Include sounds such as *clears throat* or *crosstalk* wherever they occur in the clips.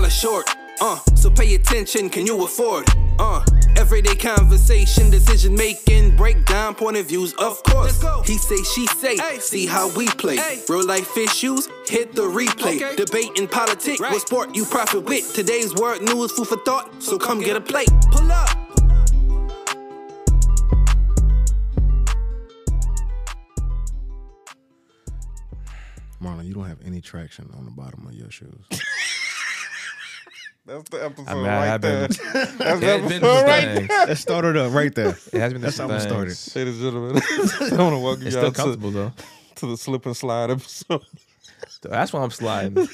Uh, short. Uh, so pay attention, can you afford? Uh, everyday conversation, decision making, breakdown, point of views, of course. He say, she say, Hey. see how we play. Hey. Real life issues, hit the replay. Okay. Debate in politics, Right. what sport you profit with. Today's word news, food for thought, so come get a plate. Pull up. Marlon, you don't have any traction on the bottom of your shoes. That's the episode I mean, I- right I've *laughs* there. been- That's It the has been episode some right things. *laughs* That started up right *laughs* there. It has been That's some how we things. started. It's Ladies and gentlemen, *laughs* I want to welcome y'all still to, comfortable though. to the slip and slide episode. *laughs* That's why I'm sliding.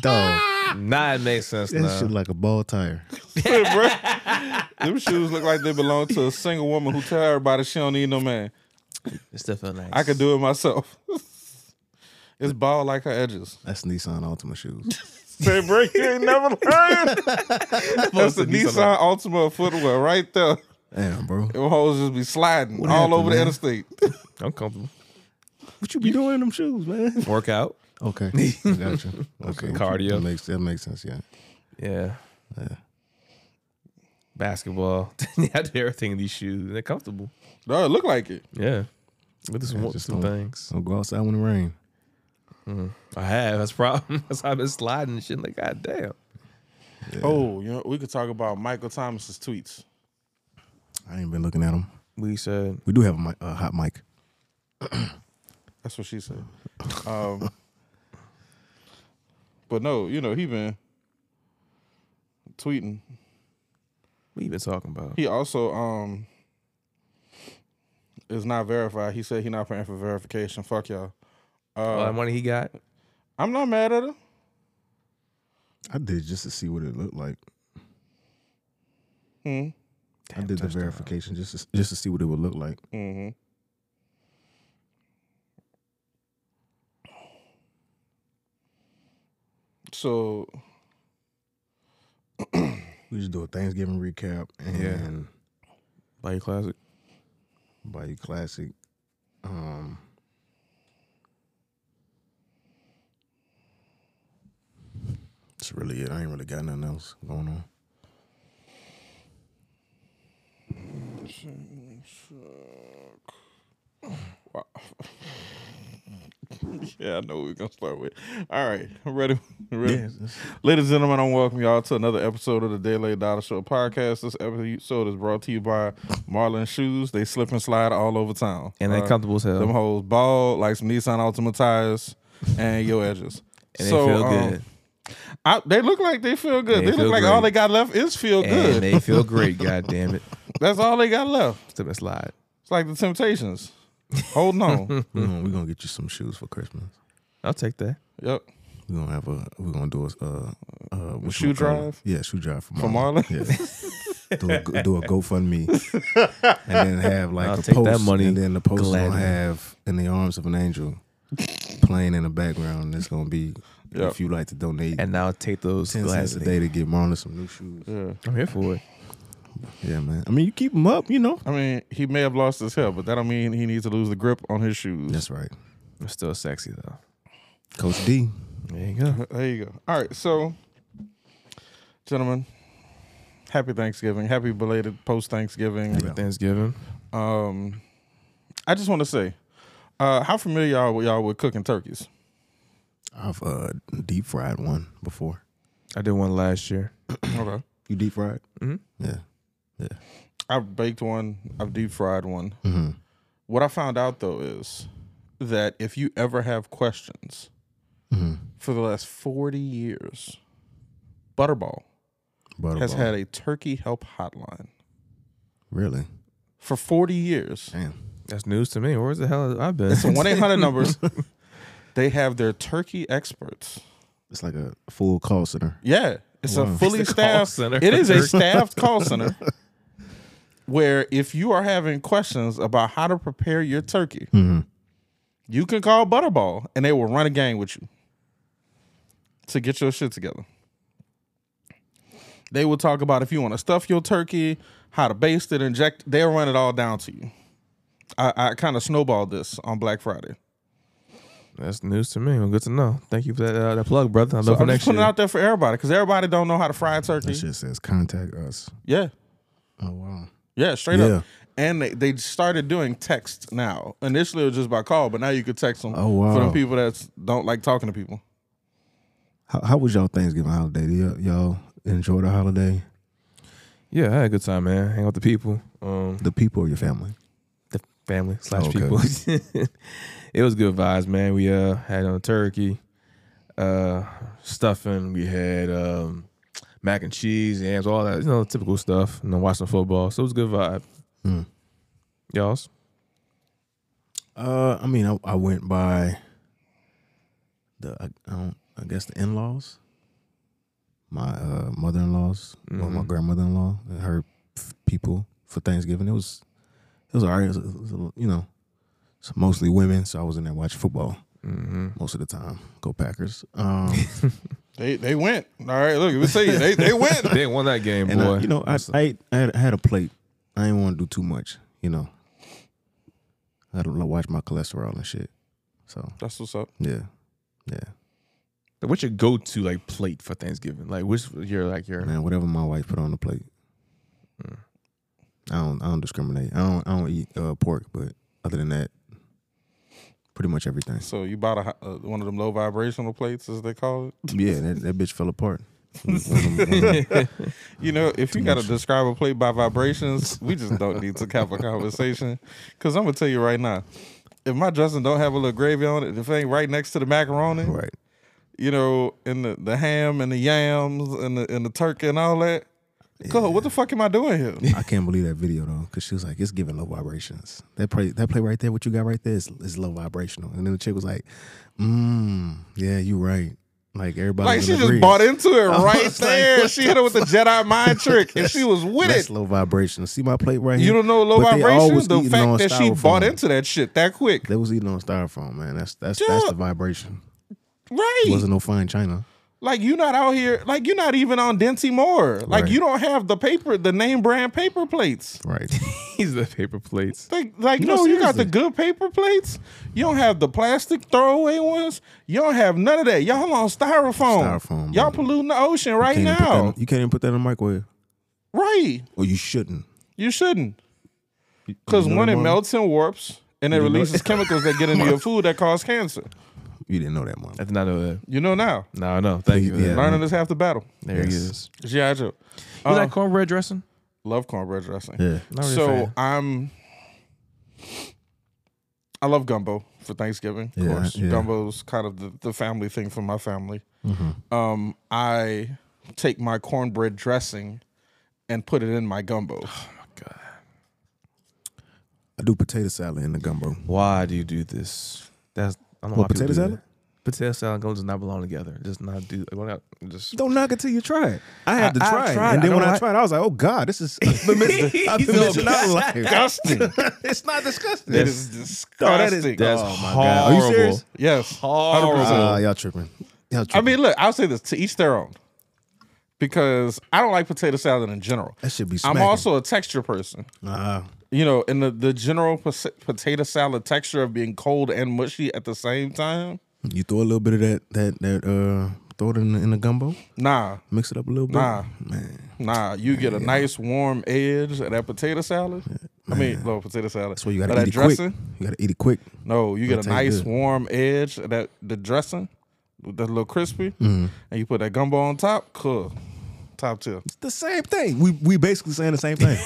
Dog, nah, it makes sense this shit now. like a ball tire. Bruh, Them shoes look like they belong to a single woman who tell everybody she don't need no man. It still feel nice. I could do it myself. *laughs* it's bald like her edges. That's Nissan Altima shoes. Say break, you ain't never learned. That's the to be something. Nissan Altima footwear right there. Damn, *laughs* bro. Them hoes just be sliding What all happened, over the man? interstate. I'm comfortable. What you be doing in them shoes, man? Workout. *laughs* Okay, I got you. Okay, Cardio. That makes that makes sense. Yeah, Yeah. Yeah. Basketball. *laughs* I do everything in these shoes. and They're comfortable. No, it look like it. Yeah. But this Yeah, one, just some don't- things so go outside when it rain. I have. That's a problem. *laughs* That's how I've been sliding and shit. Like, god damn. Oh, you know, we could talk about Michael Thomas's tweets. I ain't been looking at them. We said We do have a, mic, a hot mic. That's what she *laughs* said. Um, but no, you know, he been tweeting. what you been talking about. He also um is not verified. He said he not paying for verification. Fuck y'all. All that Uh, money he got. I'm not mad at him. I did just to see what it looked like. Hmm. I did the verification just to, just to see what it would look like. Mm-hmm. So We just do a Thanksgiving recap and Body classic. Bayou Classic. Um, that's really it. I ain't really got nothing else going on. yeah, I know what we're gonna start with. All right, ready, ready. Yeah, that's- Ladies and gentlemen, I want to welcome y'all to another episode of the Daily Dollar Show podcast. This episode is brought to you by Marlin Shoes. They slip and slide all over town. And they Uh, comfortable as hell. Them hoes bald like some Nissan Altima tires and your edges. *laughs* and they So, feel um, good. I, they look like they feel good. They They, feel look like all great. they got left is feel good. And they *laughs* feel great, god damn it. That's all they got left. Step and slide. It's like the Temptations. *laughs* Holding on. we're, gonna, we're gonna get you some shoes for Christmas. I'll take that. yep. We're gonna have a we're gonna do a uh, uh, what shoe you call it? drive? Yeah, shoe drive for For Marlon. Yeah. do a go- do a GoFundMe, and then have like I'll a take that post, money and then the post will gladly. have in the arms of an angel playing in the background. It's gonna be Yep. if you like to donate And I'll take those ten cents a gladly. day to get Marlon some new shoes. Yeah. I'm here for it. Yeah, man. I mean, you keep them up, you know. I mean, he may have lost his hair, but that don't mean he needs to lose the grip on his shoes. That's right, I'm still sexy though. Coach D. There you go. There you go. All right, so gentlemen, happy Thanksgiving. Happy belated post Thanksgiving. Yeah. Thanksgiving. Um I just want to say, uh, how familiar y'all with y'all with cooking turkeys? I've uh, deep fried one before. I did one last year. okay. You deep fried? Mhm. Yeah. *clears throat* I've baked one, I've deep fried one. Mm-hmm. What I found out though is that if you ever have questions Mm-hmm. for the last 40 years, Butterball has had a turkey help hotline really for 40 years. damn. That's news to me. Where's the hell have I been? *laughs* It's a 1 *laughs* 800 numbers. They have their turkey experts. It's like a full call center. Yeah, it's Wow. a fully It's a call staffed center It for *laughs* is a turkey. staffed call center where if you are having questions about how to prepare your turkey, Mm-hmm. you can call Butterball and they will run a game with you to get your shit together. They will talk about if you want to stuff your turkey, how to baste it, inject. They'll run it all down to you. I, I kind of snowballed this on Black Friday. That's news to me. Well, good to know. Thank you for that, uh, that plug, brother. I So love for I'm just next putting year. it out there for everybody because everybody don't know how to fry a turkey. That shit says contact us. Yeah, Oh wow. yeah, straight Yeah. up. And they, they started doing text now. Initially, it was just by call, but now you could text them. Oh, wow. For them people that don't like talking to people. How, how was y'all Thanksgiving holiday? Did y'all, y'all enjoy the holiday? yeah, I had a good time, man. Hang out with the people, um, The people or your family? the family slash Okay. people. *laughs* it was good vibes, man. We uh had on turkey, uh, stuffing. We had um, mac and cheese, yams, all that. You know, typical stuff. And then watching football. So it was a good vibe. Hmm. *laughs* Y'all's. Uh, I mean, I, I went by the I, I, don't, I guess the in laws, my uh, mother in laws, well, my grandmother in law, and her f- people for Thanksgiving. It was it was alright. It was- it was, you know, it's mostly women, so I was in there watching football most of the time. Go Packers! Um, They they went. All right, look, let's see. They they *laughs* went. They won that game, and boy. I, you know, I I, ate- I, had, I had a plate. I didn't want to do too much. You know, I don't watch my cholesterol and shit. So That's what's up. yeah, yeah. What's your go to like plate for Thanksgiving? Like what's your like *laughs* your Man, whatever my wife put on the plate. Mm. I don't I don't discriminate. I don't I don't eat uh, pork, but other than that, pretty much *laughs* everything. So you bought a, hi- uh, one of them low vibrational plates, as they call it. Yeah, that, that bitch fell apart. One of them- one of them- *laughs* You know, if you got to describe a plate by vibrations, we just don't need to have a conversation. Because I'm gonna tell you right now, if my dressing don't have a little gravy on it, if it ain't right next to the macaroni, right. you know, and the, the ham and the yams and the and the turkey and all that. God, what the fuck am I doing *laughs* here? I can't believe that video though, because she was like, "It's giving low vibrations." That play, that play right there, what you got right there is, is low vibrational. And then the chick was like, "Mmm, yeah, you right." Like everybody, Like in she just agreement. bought into *laughs* it right was like, there. what she hit her with the Jedi mind trick, and *laughs* she was with That's it. low vibrations. See my plate right here. You don't know low But they vibration. always The eating fact on that she bought styrofoam. into that shit that quick, They was eating on styrofoam, man. That's that's that's Yeah. the vibration. right? Wasn't no fine china. Like you're not out here. Like you're not even on Denty Moore. Like Right. you don't have the paper, the name brand paper plates. Right. He's the paper plates. Like, like no, No, you got the seriously. good paper plates. You don't have the plastic throwaway ones. You don't have none of that. Y'all on styrofoam. Styrofoam, Y'all bro. polluting the ocean right Can't even put that now. in- you can't even put that in the microwave. Right. Or you shouldn't. You shouldn't. Because you know one, that, it Mom? melts and warps, and it releases chemicals that get into *laughs* your food that cause cancer. You didn't know that, mom. I did not know that. You know now. No, no. Thank you. for Yeah. that. Learning is half the battle. There Yes. he is. G.I. Joe. You Uh, like cornbread dressing? love cornbread dressing. Yeah. Not really a So fan. I'm. I love gumbo for Thanksgiving. Of Yeah, course, yeah. gumbo's kind of the, the family thing for my family. Mm-hmm. Um, I take my cornbread dressing and put it in *sighs* my gumbo. I do potato salad in the gumbo. Why do you do this? That's I don't know What, why people potato do salad? that. Potato salad and gumbo does not belong together. Does not do. Like, what I- just Don't knock it till you try it. I had to I- I try it. tried it. And then I when know I what- tried it, I was like, oh God, this is I've been missing- I've been missing out on life. Disgusting. *laughs* It's not disgusting. it is Oh, that is- disgusting. that's Oh, my horrible. God. Are you serious? yes. Horrible. Ah, y'all tripping. Y'all I tripping. mean, look, I'll say this to each their own. Because I don't like potato salad in general. That should be I'm smacking. also a texture person. Ah, you know, and the, the general pos- potato salad texture of being cold and mushy at the same time. you throw a little bit of that that that uh throw it in the, in the gumbo, Nah, mix it up a little bit. Nah. Man. nah, you get a nice warm edge of that potato salad. I mean, no potato salad. That's why you gotta Of that eat it dressing. quick. You gotta eat it quick. No, you get a taste nice good. warm edge of that the dressing, that little crispy, Mm-hmm. and you put that gumbo on top. Cool, top tier. It's the same thing. We we basically saying the same thing.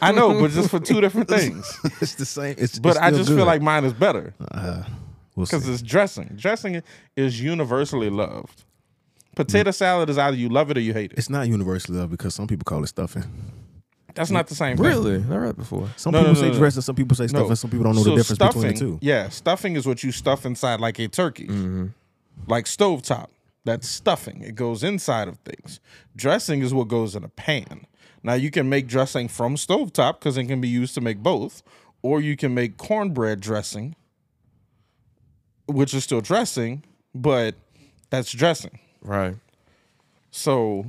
I know, but just for two different things. *laughs* it's the same. It's But it's I still just good. feel like mine is better. we'll because see. it's dressing. Dressing is universally loved. Potato salad is either you love it or you hate it. Mm. It's not universally loved because some people call it stuffing. That's not the same thing. Really? Never had before. Some No, people no, no, say no. dressing, some people say No. stuffing, some people don't know So the difference stuffing, between the two. Mm-hmm. Yeah, stuffing is what you stuff inside like a turkey, like stovetop. That's stuffing. It goes inside of things. Dressing is what goes in a pan. Now you can make dressing from stovetop because it can be used to make both, or you can make cornbread dressing, which is still dressing, but that's dressing. Right. So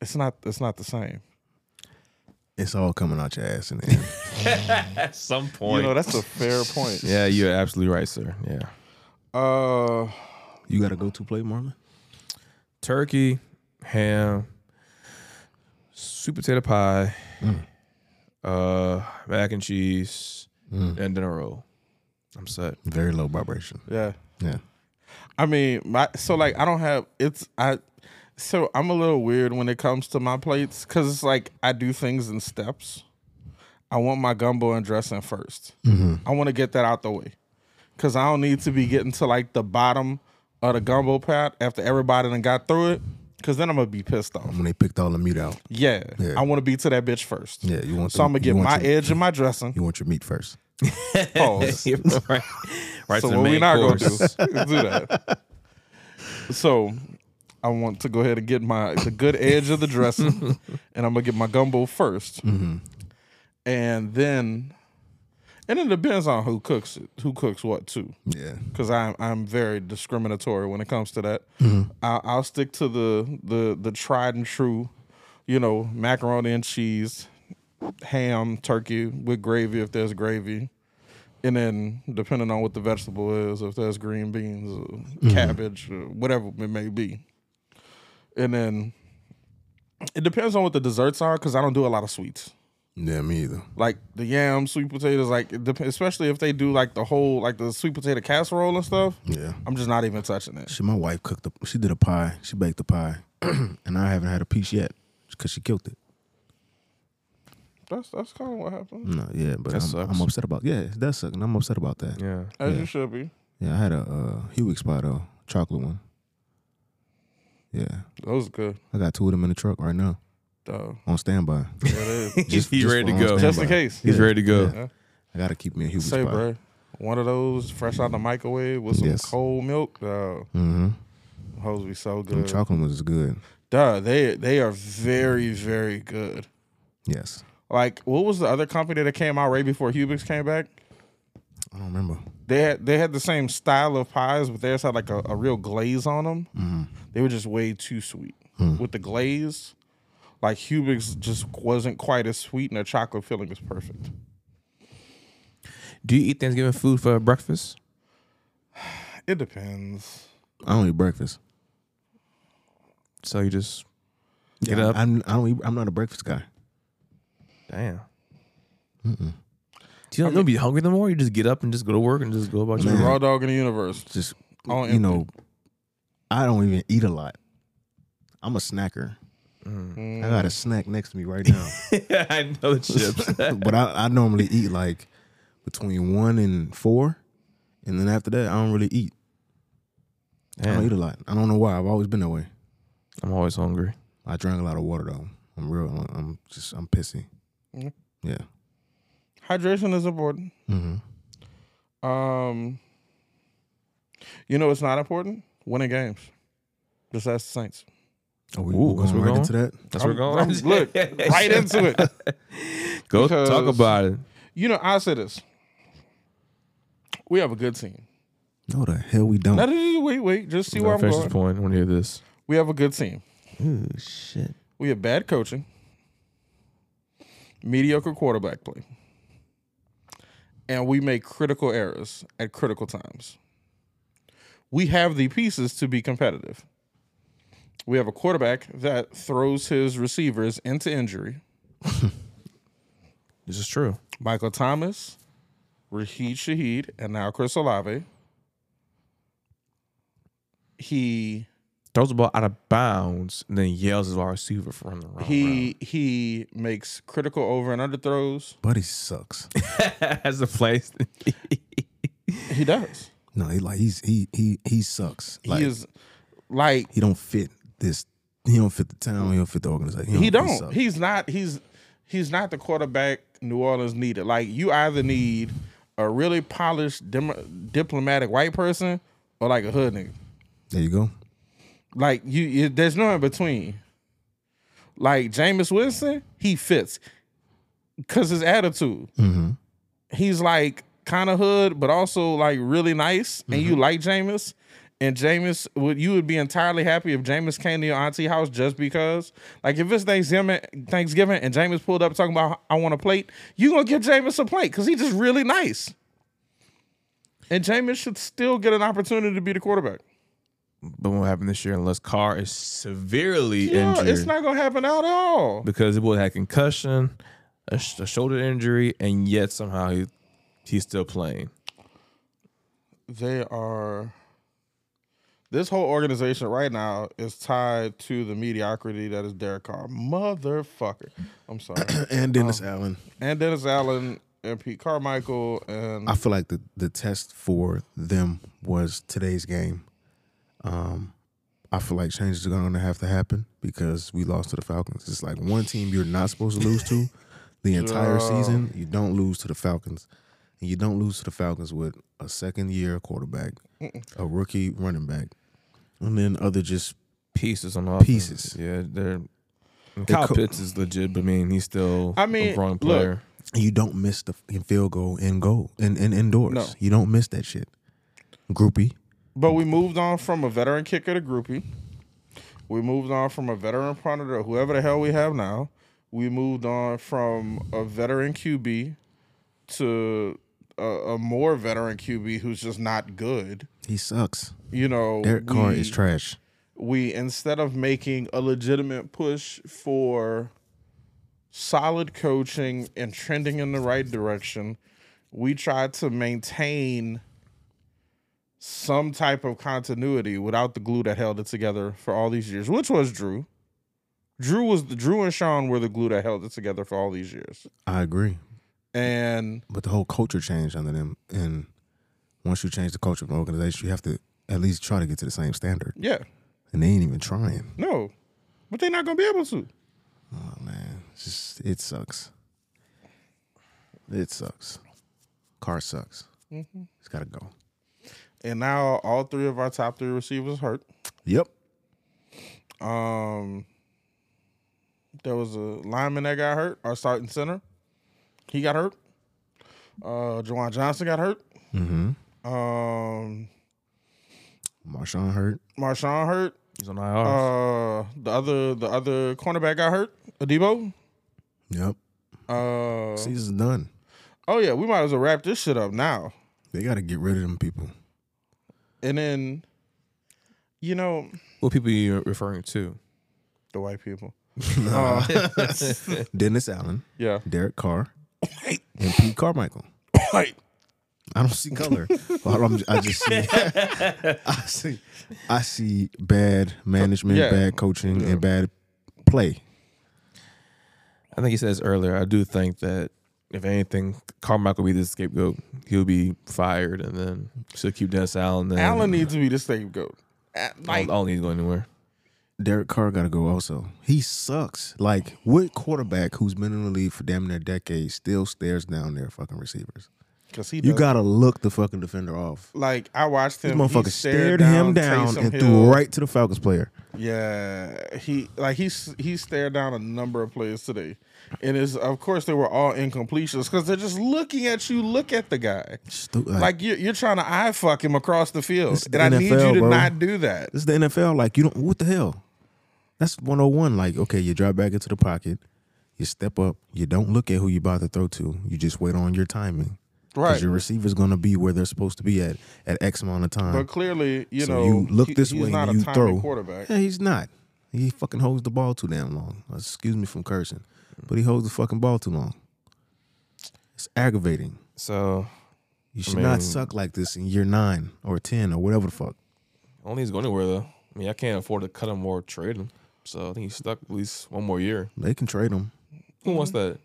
it's not it's not the same. It's all coming out your ass in the end. At some You point. know, that's a fair point. yeah, you're absolutely right, sir. Yeah. Uh, *laughs* You got a go to plate, Marvin? turkey, ham, sweet potato pie, Mm. uh, mac and cheese, Mm. and dinner roll. I'm set. *laughs* Very low vibration. yeah. Yeah. I mean, my so like I don't have it's I. So I'm a little weird when it comes to my plates because it's like I do things in steps. I want my gumbo and dressing 1st Mm-hmm. I want to get that out the way because I don't need to be getting to like the bottom of the gumbo pot after everybody done got through it because then I'm gonna be pissed off. When they picked all the meat out. Yeah, Mm-hmm. Yeah. I want to be to that bitch first. Yeah, you want So the- I'm gonna you get want my your- edge and my dressing. You want your meat first. *laughs* Pause. right, right so to the what we main not course. *laughs* gonna do, do that. So I want to go ahead and get my the good edge of *laughs* the dressing, and I'm gonna get my gumbo 1st Mm-hmm. and then, and it depends on who cooks it, who cooks what too, Yeah. because I'm I'm very discriminatory when it comes to that. I, I'll stick to the the the tried and true, you know, macaroni and cheese, ham, turkey with gravy if there's gravy. And then, depending on what the vegetable is, if there's green beans or cabbage or whatever it may be. And then it depends on what the desserts are because I don't do a lot of sweets. Yeah, me either. Like the yams, sweet potatoes, like, it dep- especially if they do like the whole, like the sweet potato casserole and stuff, Yeah. I'm just not even touching it. Shit, my wife cooked the. She did a pie. She baked a pie, *clears throat* and I haven't had a piece yet because she killed it. That's that's kind of what happened. No, yeah, but That I'm, sucks. I'm upset about. Yeah, it does suck, and I'm upset about that. Yeah, Yeah, As you should be. I had a uh, Hewix pie though, chocolate one. Yeah, That was good. I got two of them in the truck right now Though. on *laughs* standby. Yeah, *laughs* it is. he's just ready to for on go. standby. Just in case. He's Yeah. ready to go. Yeah. I gotta keep me a Hewix Say, pie. bro, one of those fresh out the microwave with some Yes. cold milk. Dog, Mm-hmm. hoes be so Them good. chocolate ones is good. Duh, they they are very very good. Yes, Like, what was the other company that came out right before Hubix came back? I don't remember. They had they had the same style of pies, but theirs had like a, a real glaze on them. Mm-hmm. They were just way too sweet Hmm. with the glaze. Like Hubix just wasn't quite as sweet, and their chocolate filling is perfect. Do you eat Thanksgiving food for breakfast? It depends. I don't eat breakfast. So you just Get up. I'm, I don't. Eat, I'm not a breakfast guy. damn. Do you not don't be hungry no more? You just get up and just go to work and just go about your Man. life. Raw dog in the universe. Just All you know, I don't even eat a lot. I'm a snacker. Mm. I got a snack next to me right *laughs* now. *laughs* I know the chips. but I, I normally eat like between one and four, and then after that, I don't really eat. I don't eat a lot. I don't know why. I've always been that way. I'm always hungry. I drank a lot of water though. I'm real. I'm, I'm just. I'm pissy. Mhm. Yeah. Hydration is important. hmm Mm-hmm. Um, you know, it's not important. Winning games. Just ask the Saints. Oh, we, Ooh, we're that's going right where we're into that. That's where we're I'm- going. *laughs* look, right into it. Go talk because- about it. You know, I say this. We have a good team. No, the hell we don't. Now, wait, wait. Just see where I'm finish this going. point. I want to hear this. We have a good team. Ooh, shit. We have bad coaching, mediocre quarterback play, and we make critical errors at critical times. We have the pieces to be competitive. We have a quarterback that throws his receivers into injury. This is true. Michael Thomas, Raheed Shaheed, and now Chris Olave. He Throws the ball out of bounds and then yells at our receiver from the wrong he he makes critical over and under throws. Buddy sucks. *laughs* route. *laughs* That's the place. He does. no, he like he's he he he sucks. Like he is like he don't fit this. He don't fit the town. He don't fit the organization. he suck. don't. He's not. He's he's not the quarterback New Orleans needed. Like you either need a really polished dem- diplomatic white person or like a hood nigga. there you go. Like you, you- there's no in between. Like Jameis Winston, he fits because his attitude. He's like kind of hood, but also like really nice, and you like Jameis. And Jameis, would you would be entirely happy if Jameis came to your auntie house just because? Like if it's Thanksgiving, Thanksgiving, and Jameis pulled up talking about I want a plate, you gonna give Jameis a plate because he's just really nice. And Jameis should still get an opportunity to be the quarterback. But won't happen this year unless Carr is severely No, injured. it's not going to happen at all. because it boy had concussion, a, sh- a shoulder injury, and yet somehow he he's still playing. They are. This whole organization right now is tied to the mediocrity that is Derek Carr. Motherfucker. I'm sorry. *coughs* and Dennis Oh. Allen. and Dennis Allen and Pete Carmichael and I feel like the the test for them was today's game. Um, I feel like changes are going to have to happen because we lost to the Falcons. It's like one team you're not supposed to lose *laughs* to the entire season. You don't lose to the Falcons, and you don't lose to the Falcons with a second year quarterback, a rookie running back, and then other just Pieces on the Pieces. offense. Yeah, they're. Kyle co- Pitts is legit, but I mean he's still I mean, a wrong look, player. you don't miss the fucking field goal in goal and in, indoors. No. You don't miss that shit. Groupie. But we moved on from a veteran kicker to groupie. We moved on from a veteran punter to whoever the hell we have now. We moved on from a veteran QB to a, a more veteran QB who's just not good. He sucks. You know, Derek Carr we- is trash. we instead of making a legitimate push for solid coaching and trending in the right direction, we tried to maintain some type of continuity without the glue that held it together for all these years, which was Drew. Drew was the Drew and Sean were the glue that held it together for all these years. I agree. And But the whole culture changed under them. And once you change the culture of an organization, you have to at least try to get to the same standard. yeah, And they ain't even trying. no. But they're not gonna be able to. Oh man. It's just it sucks. It sucks. Carr sucks. It's gotta go. And now all three of our top three receivers hurt. Yep. Um, there was a lineman that got hurt. Our starting center, he got hurt. Uh, Jawan Johnson got hurt. Mm-hmm. Um, Marshawn hurt. Marshawn hurt. He's on IR. Uh, the other the other cornerback got hurt. Adebo. Yep. Uh, Season's done. oh yeah, we might as well wrap this shit up now. They gotta get rid of them people. And then, you know, what people you referring to? the white people. Uh, Dennis Allen, *laughs* yeah, Derek Carr, and Pete Carmichael. white. I don't see color. I, don't- I just see. *laughs* I see. I see bad management, Yeah. bad coaching, and bad play. I think he says earlier. I do think that if anything, Carmichael will be the scapegoat. He'll be fired, and then still keep Dennis Allen. Then Allen needs to be the scapegoat. Uh, I Like, don't, I don't need to go anywhere. Derek Carr got to go. Also, he sucks. Like what quarterback who's been in the league for damn near decades still stares down their fucking receivers? cause he You does- gotta look the fucking defender off. like I watched This him. he motherfucker stared him down Taysom and Hill. threw right to the Falcons player. Yeah, he like he s- he stared down a number of players today, and it's of course they were all incompletions because they're just looking at you. Look at the guy, Stu- like, like you're you're trying to eye fuck him across the field, It's and the I need NFL, you to bro. not do that. This is the NFL. Like you don't. What the hell? That's one hundred and one. Like okay, you drive back into the pocket, you step up, you don't look at who you about to throw to. You just wait on your timing. 'Cause Right. Your receiver's gonna be where they're supposed to be at at X amount of time. But clearly, you so know, you look he- this he's way not and a you timely throw. quarterback. Yeah, he's not. He fucking holds the ball too damn long. Excuse me from cursing, but he holds the fucking ball too long. It's aggravating. So You should not mean- suck like this in year nine or ten or whatever the fuck. I don't think he's going anywhere though. I mean, I can't afford to cut him or trade him. So I think he's stuck at least one more year. They can trade him. Who wants that?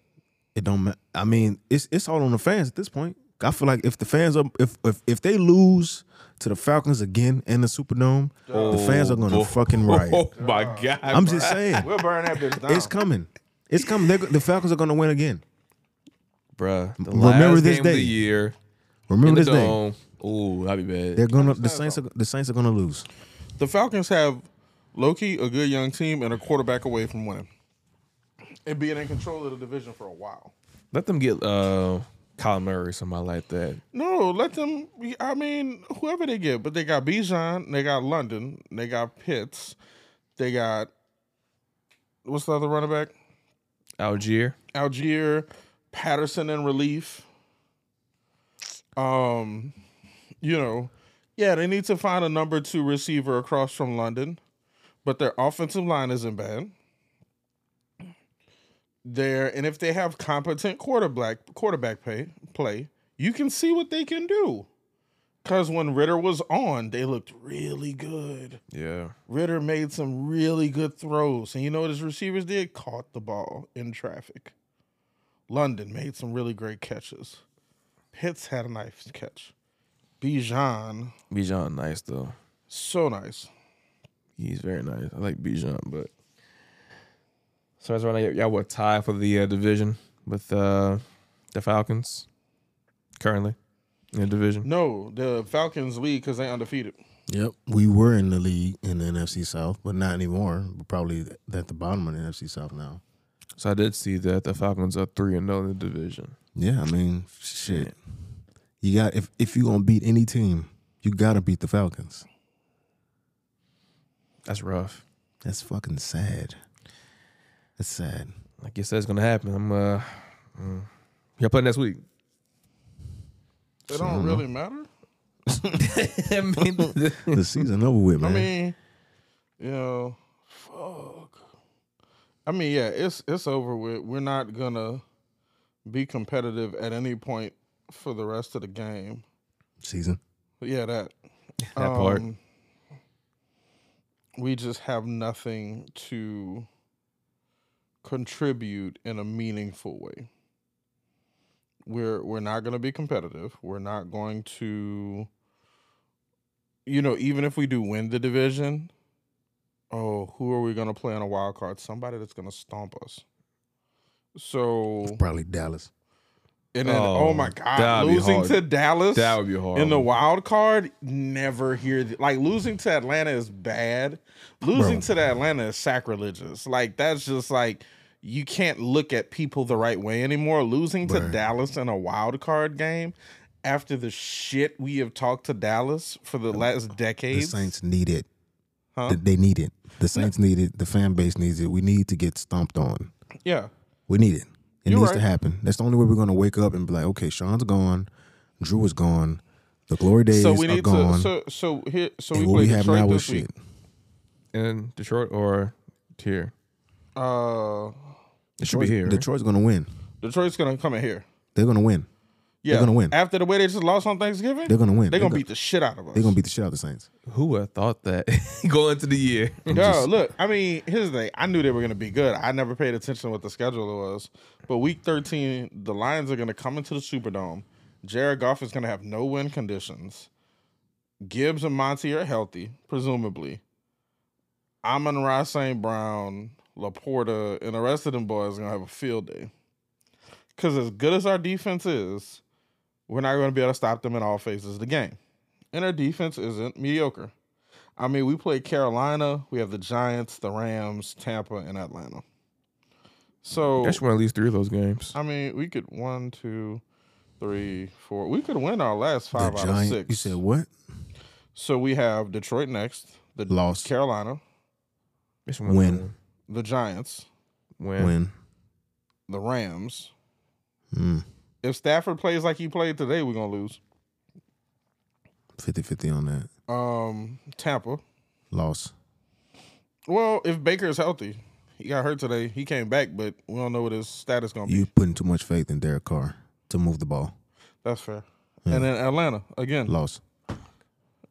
it don't matter. I mean, it's it's all on the fans at this point. I feel like if the fans are if if, if they lose to the Falcons again in the Superdome, the fans are gonna boy. fucking riot. *laughs* Oh my god! I'm just saying, *laughs* We'll burn that bitch down. it's coming. It's coming. They're, go- the Falcons are gonna win again. bruh. The Remember last this game of day. the year in Remember the this thing. dome. Ooh, that'd be bad. They're gonna the Saints are the Saints are gonna lose. the Falcons have Loki, a good young team, and a quarterback away from winning and being in control of the division for a while. Let them get uh, Kyle Murray, somebody like that. No, let them. I mean, whoever they get, but they got Bijan, they got London, they got Pitts, they got what's the other running back? Algier. Algier, Patterson in relief. Um, you know, yeah, they need to find a number two receiver across from London, but their offensive line isn't bad. There and if they have competent quarterback quarterback pay play, you can see what they can do. Cause when Ritter was on, they looked really good. Yeah. Ritter made some really good throws. And you know what his receivers did? Caught the ball in traffic. London made some really great catches. Pitts had a nice catch. Bijan, Bijan nice though. so nice. He's very nice. I like Bijan, but so that's right. now, y- Y'all were tied for the uh, division with uh, the Falcons currently in the division. No, the Falcons lead because they undefeated. Yep, we were in the league in the NFC South, but not anymore. We're probably at the bottom of the NFC South now. So I did see that the Falcons are three and zero in the division. Yeah, I mean, shit. You got if if you gonna beat any team, you gotta beat the Falcons. That's rough. That's fucking sad. That's sad. I guess that's gonna happen. I'm uh, mm. y'all play next *laughs* week. It don't really matter. I mean, The season over with, *laughs* I man. mean, you know, fuck. I mean, yeah, it's it's over with. We're not gonna be competitive at any point for the rest of the game. season. But yeah, that *laughs* that part. We just have nothing to contribute in a meaningful way. We're we're not going to be competitive. We're not going to you know, even if we do win the division, oh, who are we going to play on a wild card? Somebody that's going to stomp us. So, Probably Dallas. and then Oh, oh, my god, that'd be losing hard. to Dallas that would be hard. in the wild card, never hear th- like losing to Atlanta is bad. Losing Bro. to the Atlanta is sacrilegious. Like that's just like you can't look at people the right way anymore. Losing to Bruh. Dallas in a wild card game after the shit we have talked to Dallas for the last The decades. Saints need it. Huh? Th- They need it. The Saints need it. The fan base needs it. We need to get stomped on. Yeah. We need it. It You're needs to right. happen. That's the only way we're gonna wake up and be like, okay, Sean's gone, Drew is gone, the glory days So we are need gone. to so so here so and we what play we have now Detroit is this week. shit. in Detroit or here. Uh It should be here. right? Detroit's gonna win. Detroit's gonna come in here. They're gonna win. Yeah. gonna win. After the way they just lost on Thanksgiving, They're gonna win. they're gonna They're beat the shit out of us. They're gonna beat the shit out of the Saints. Who would have thought that *laughs* going into the year? Yo, look, I mean, here's the thing. I knew they were going to be good. I never paid attention to what the schedule was. But week 13, the Lions are going to come into the Superdome. Jared Goff is going to have no win conditions. Gibbs and Monty are healthy, presumably. Amon Ross St. Brown, Laporta, and the rest of them boys are going to have a field day. Because as good as our defense is, we're not going to be able to stop them in all phases of the game. And our defense isn't mediocre. I mean, we play Carolina. We have the Giants, the Rams, Tampa, and Atlanta. So I should win at least three of those games. I mean, we could one, two, three, four. We could win our last five the out Giant- of six. You said what? so we have Detroit next, the Lost. Carolina, I should Win. that the Giants, one. Win. Win. the Rams. Mm. If Stafford plays like he played today, we're gonna lose. 50-50 on that. Um, Tampa. Loss. Well, if Baker's healthy, he got hurt today. He came back, but we don't know what his status gonna be. You putting too much faith in Derek Carr to move the ball. That's fair. And then Atlanta again. Loss.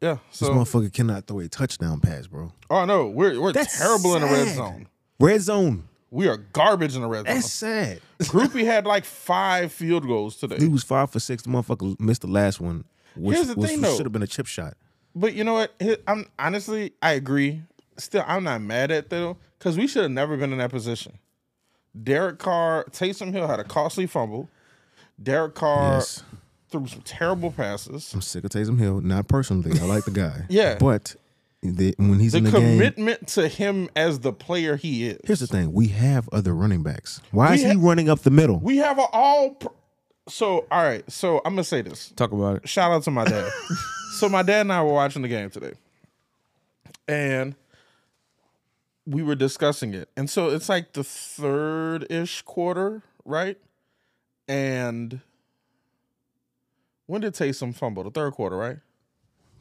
Yeah. this So motherfucker cannot throw a touchdown pass, bro. oh no, we're we're That's terrible in the red sad. zone. Red zone. We are garbage in the red zone. That's Uh-huh. sad. Groupie had like five field goals today. He was five for six. The motherfucker missed the last one, which, Here's the which thing, though. should have been a chip shot. But you know what? Hi- I'm honestly, I agree. Still, I'm not mad at them because we should have never been in that position. Derek Carr, Taysom Hill had a costly fumble. Derek Carr Yes. threw some terrible passes. I'm sick of Taysom Hill. Not personally. I like the guy. *laughs* Yeah. But the, when he's The in the game, commitment to him as the player he is. here's the thing. We have other running backs. Why is We he ha- running up the middle? We have an all. Pr- so all right. So I'm gonna say this. Talk about it. shout out to *laughs* my dad. so my dad and I were watching the game today, and we were discussing it. And so it's like the third ish quarter, right? And when did Taysom fumble? The third quarter, right?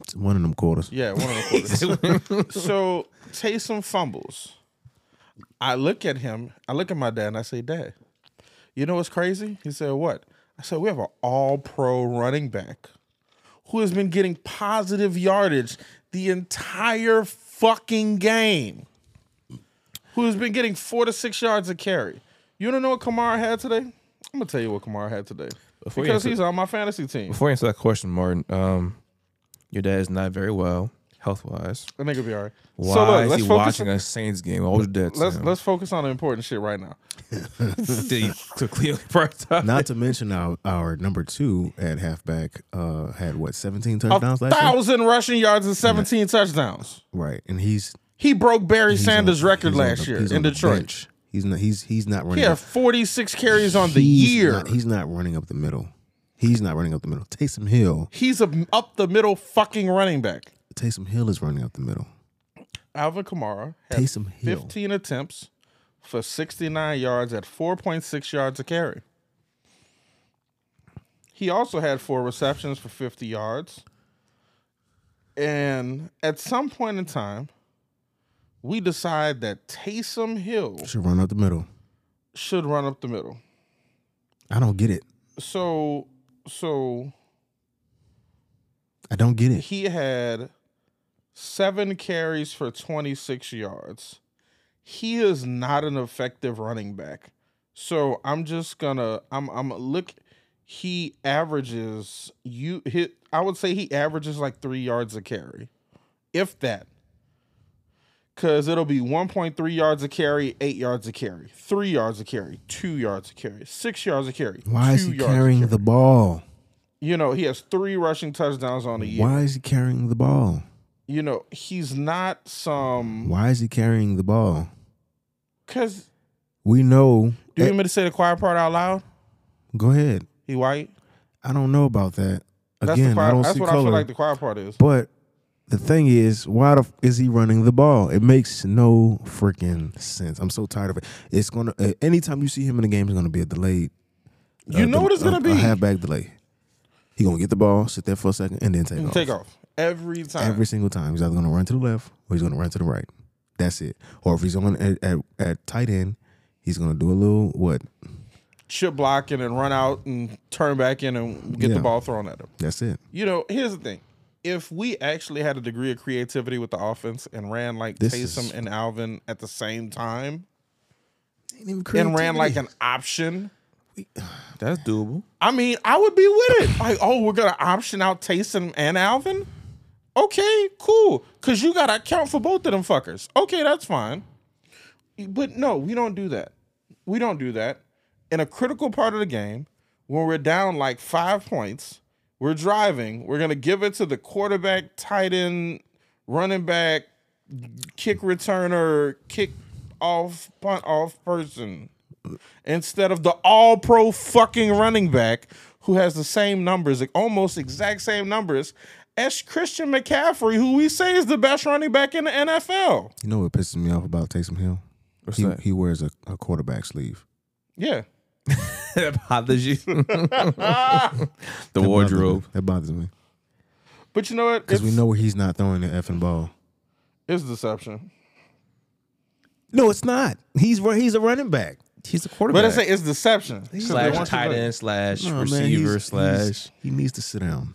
It's one of them quarters. Yeah, *laughs* one of the *laughs* quarters. so Taysom fumbles. I look at him. I look at my dad and I say, Dad, you know what's crazy? He said, What? I said, We have an all pro running back who has been getting positive yardage the entire fucking game, who has been getting four to six yards a carry. You don't know what Kamara had today? I'm going to tell you what Kamara had today. Before you because answer- he's on my fantasy team. Before I answer that question, Martin, um, your dad's not very well health wise. I think it'll be all right. Why is he watching a Saints game? All your dad's Let's let's focus on the important shit right now. *laughs* clearly prioritize. *laughs* Not to mention our, our number two at halfback uh, had what seventeen A touchdowns last year, thousand rushing yards and seventeen touchdowns. right? And he's He broke Barry he's Sanders' on- record he's on last the- year he's on in the Detroit. bench. He's not he's he's not He running. had up- forty six carries on the he's year. not- he's he's not running up the middle. He's not running up the middle. Taysom Hill. a up the middle fucking running back. Taysom Hill is running up the middle. Alvin Kamara had Taysom Hill. fifteen attempts for sixty nine yards at four point six yards a carry. He also had four receptions for fifty yards. And at some point in time, we decide that Taysom Hill Should run up the middle. should run up the middle. I don't get it. So so I don't get it. he had seven carries for 26 yards. He is not an effective running back. So I'm just gonna I'm I'm look he averages you hit I would say he averages like 3 yards a carry. If that. Cause it'll be 1.3 yards a carry, 8 yards a carry, 3 yards a carry, 2 yards a carry, 6 yards a carry. Why is two he yards a carrying carry. the ball? You know, he has 3 rushing touchdowns on the year. Why is he carrying the ball? you know, he's not some Why is he carrying the ball? because We know. do you eh, want me to say the quiet part out loud? go ahead. He white. I don't know about that. That's the Again, quiet, I don't that's see what color. I feel like the quiet part is. but the thing is, why the f- is he running the ball? It makes no freaking sense. I'm so tired of it. It's gonna. Uh, anytime you see him in the game, it's gonna be a delayed. uh, You know del- what it's gonna a- be. A halfback delay. He gonna get the ball, sit there for a second, and then take off. Take off every time. every single time. He's either going to run to the left or he's going to run to the right. That's it. Or if he's on at, at, at tight end, he's going to do a little what? chip blocking and run out and turn back in and get Yeah. the ball thrown at him. That's it. You know, here's the thing: if we actually had a degree of creativity with the offense and ran like This Taysom is- and Alvin at the same time and ran like an option. That's doable. I mean, I would be with it. Like, oh, we're gonna option out Taysom and Alvin. Okay, cool. Cause you gotta account for both of them fuckers. Okay, that's fine. But no, we don't do that. We don't do that. In a critical part of the game, when we're down like five points, we're driving. We're gonna give it to the quarterback, tight end, running back, kick returner, kick off, punt off person instead of the all pro fucking running back who has the same numbers, like almost exact same numbers as Christian McCaffrey, who we say is the best running back in the NFL. You know what pisses me off about Taysom Hill? What's He, that? he wears a, a quarterback sleeve. Yeah. that bothers you. *laughs* the wardrobe. That bothers me. But you know what? It's, Because we know where he's not throwing the effing ball. it's deception. No, it's not. He's run- he's a running back. He's a quarterback. But I say it's deception. Slash tight end slash No, man, he's- receiver he's- slash. he needs to sit down.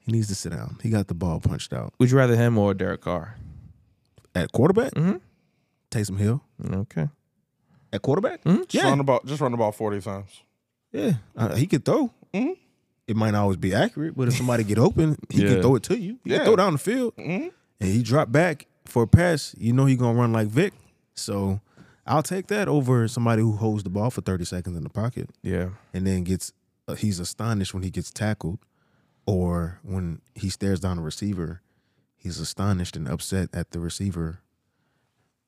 He needs to sit down. He got the ball punched out. Would you rather him or Derek Carr? At quarterback? Mm-hmm. Taysom Hill. Okay. At quarterback? Just run the ball, just run the ball 40 times. Yeah, uh, he could throw. It might not always be accurate, but if somebody get open, he Yeah. can throw it to you. He Yeah. can throw down the field, and he drop back for a pass. You know he gonna run like Vic. So I'll take that over somebody who holds the ball for thirty seconds in the pocket Yeah. and then gets uh, he's astonished when he gets tackled or when he stares down a receiver. He's astonished and upset at the receiver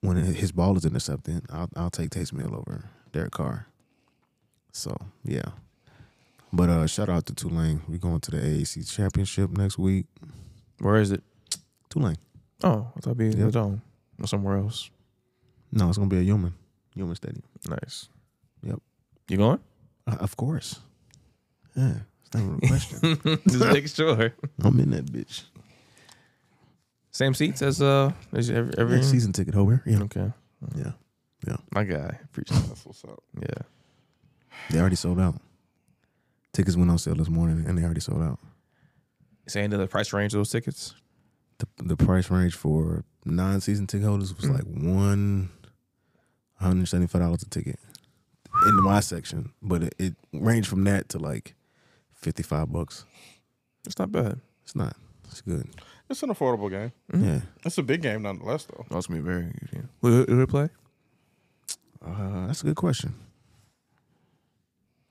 when his ball is intercepted. I'll I'll take Taysom Hill over Derek Carr. So yeah, but uh, shout out to Tulane. We're going to the AAC championship next week. Where is it? Tulane. Oh, I thought it'd be in the dome or somewhere else. No, it's gonna be a human human stadium. Nice. Yep. You going? *laughs* Uh, of course. Yeah, it's not even a question. Just make sure. I'm in that bitch. Same seats as uh as every, every Yeah, season ticket holder. Yeah, Okay, yeah, my guy, appreciate *laughs* it. That's what's up. Yeah, they already sold out. Tickets went on sale this morning, and they already sold out. saying the price range of those tickets. the the price range for non season ticket holders was like one hundred seventy five dollars a ticket in my section, but it, it ranged from that to like fifty five bucks. It's not bad. It's not. It's good. It's an affordable game. Yeah. It's a big game nonetheless, though. That's Oh, gonna be very good. Yeah. Who, who, who play? Uh, that's a good question.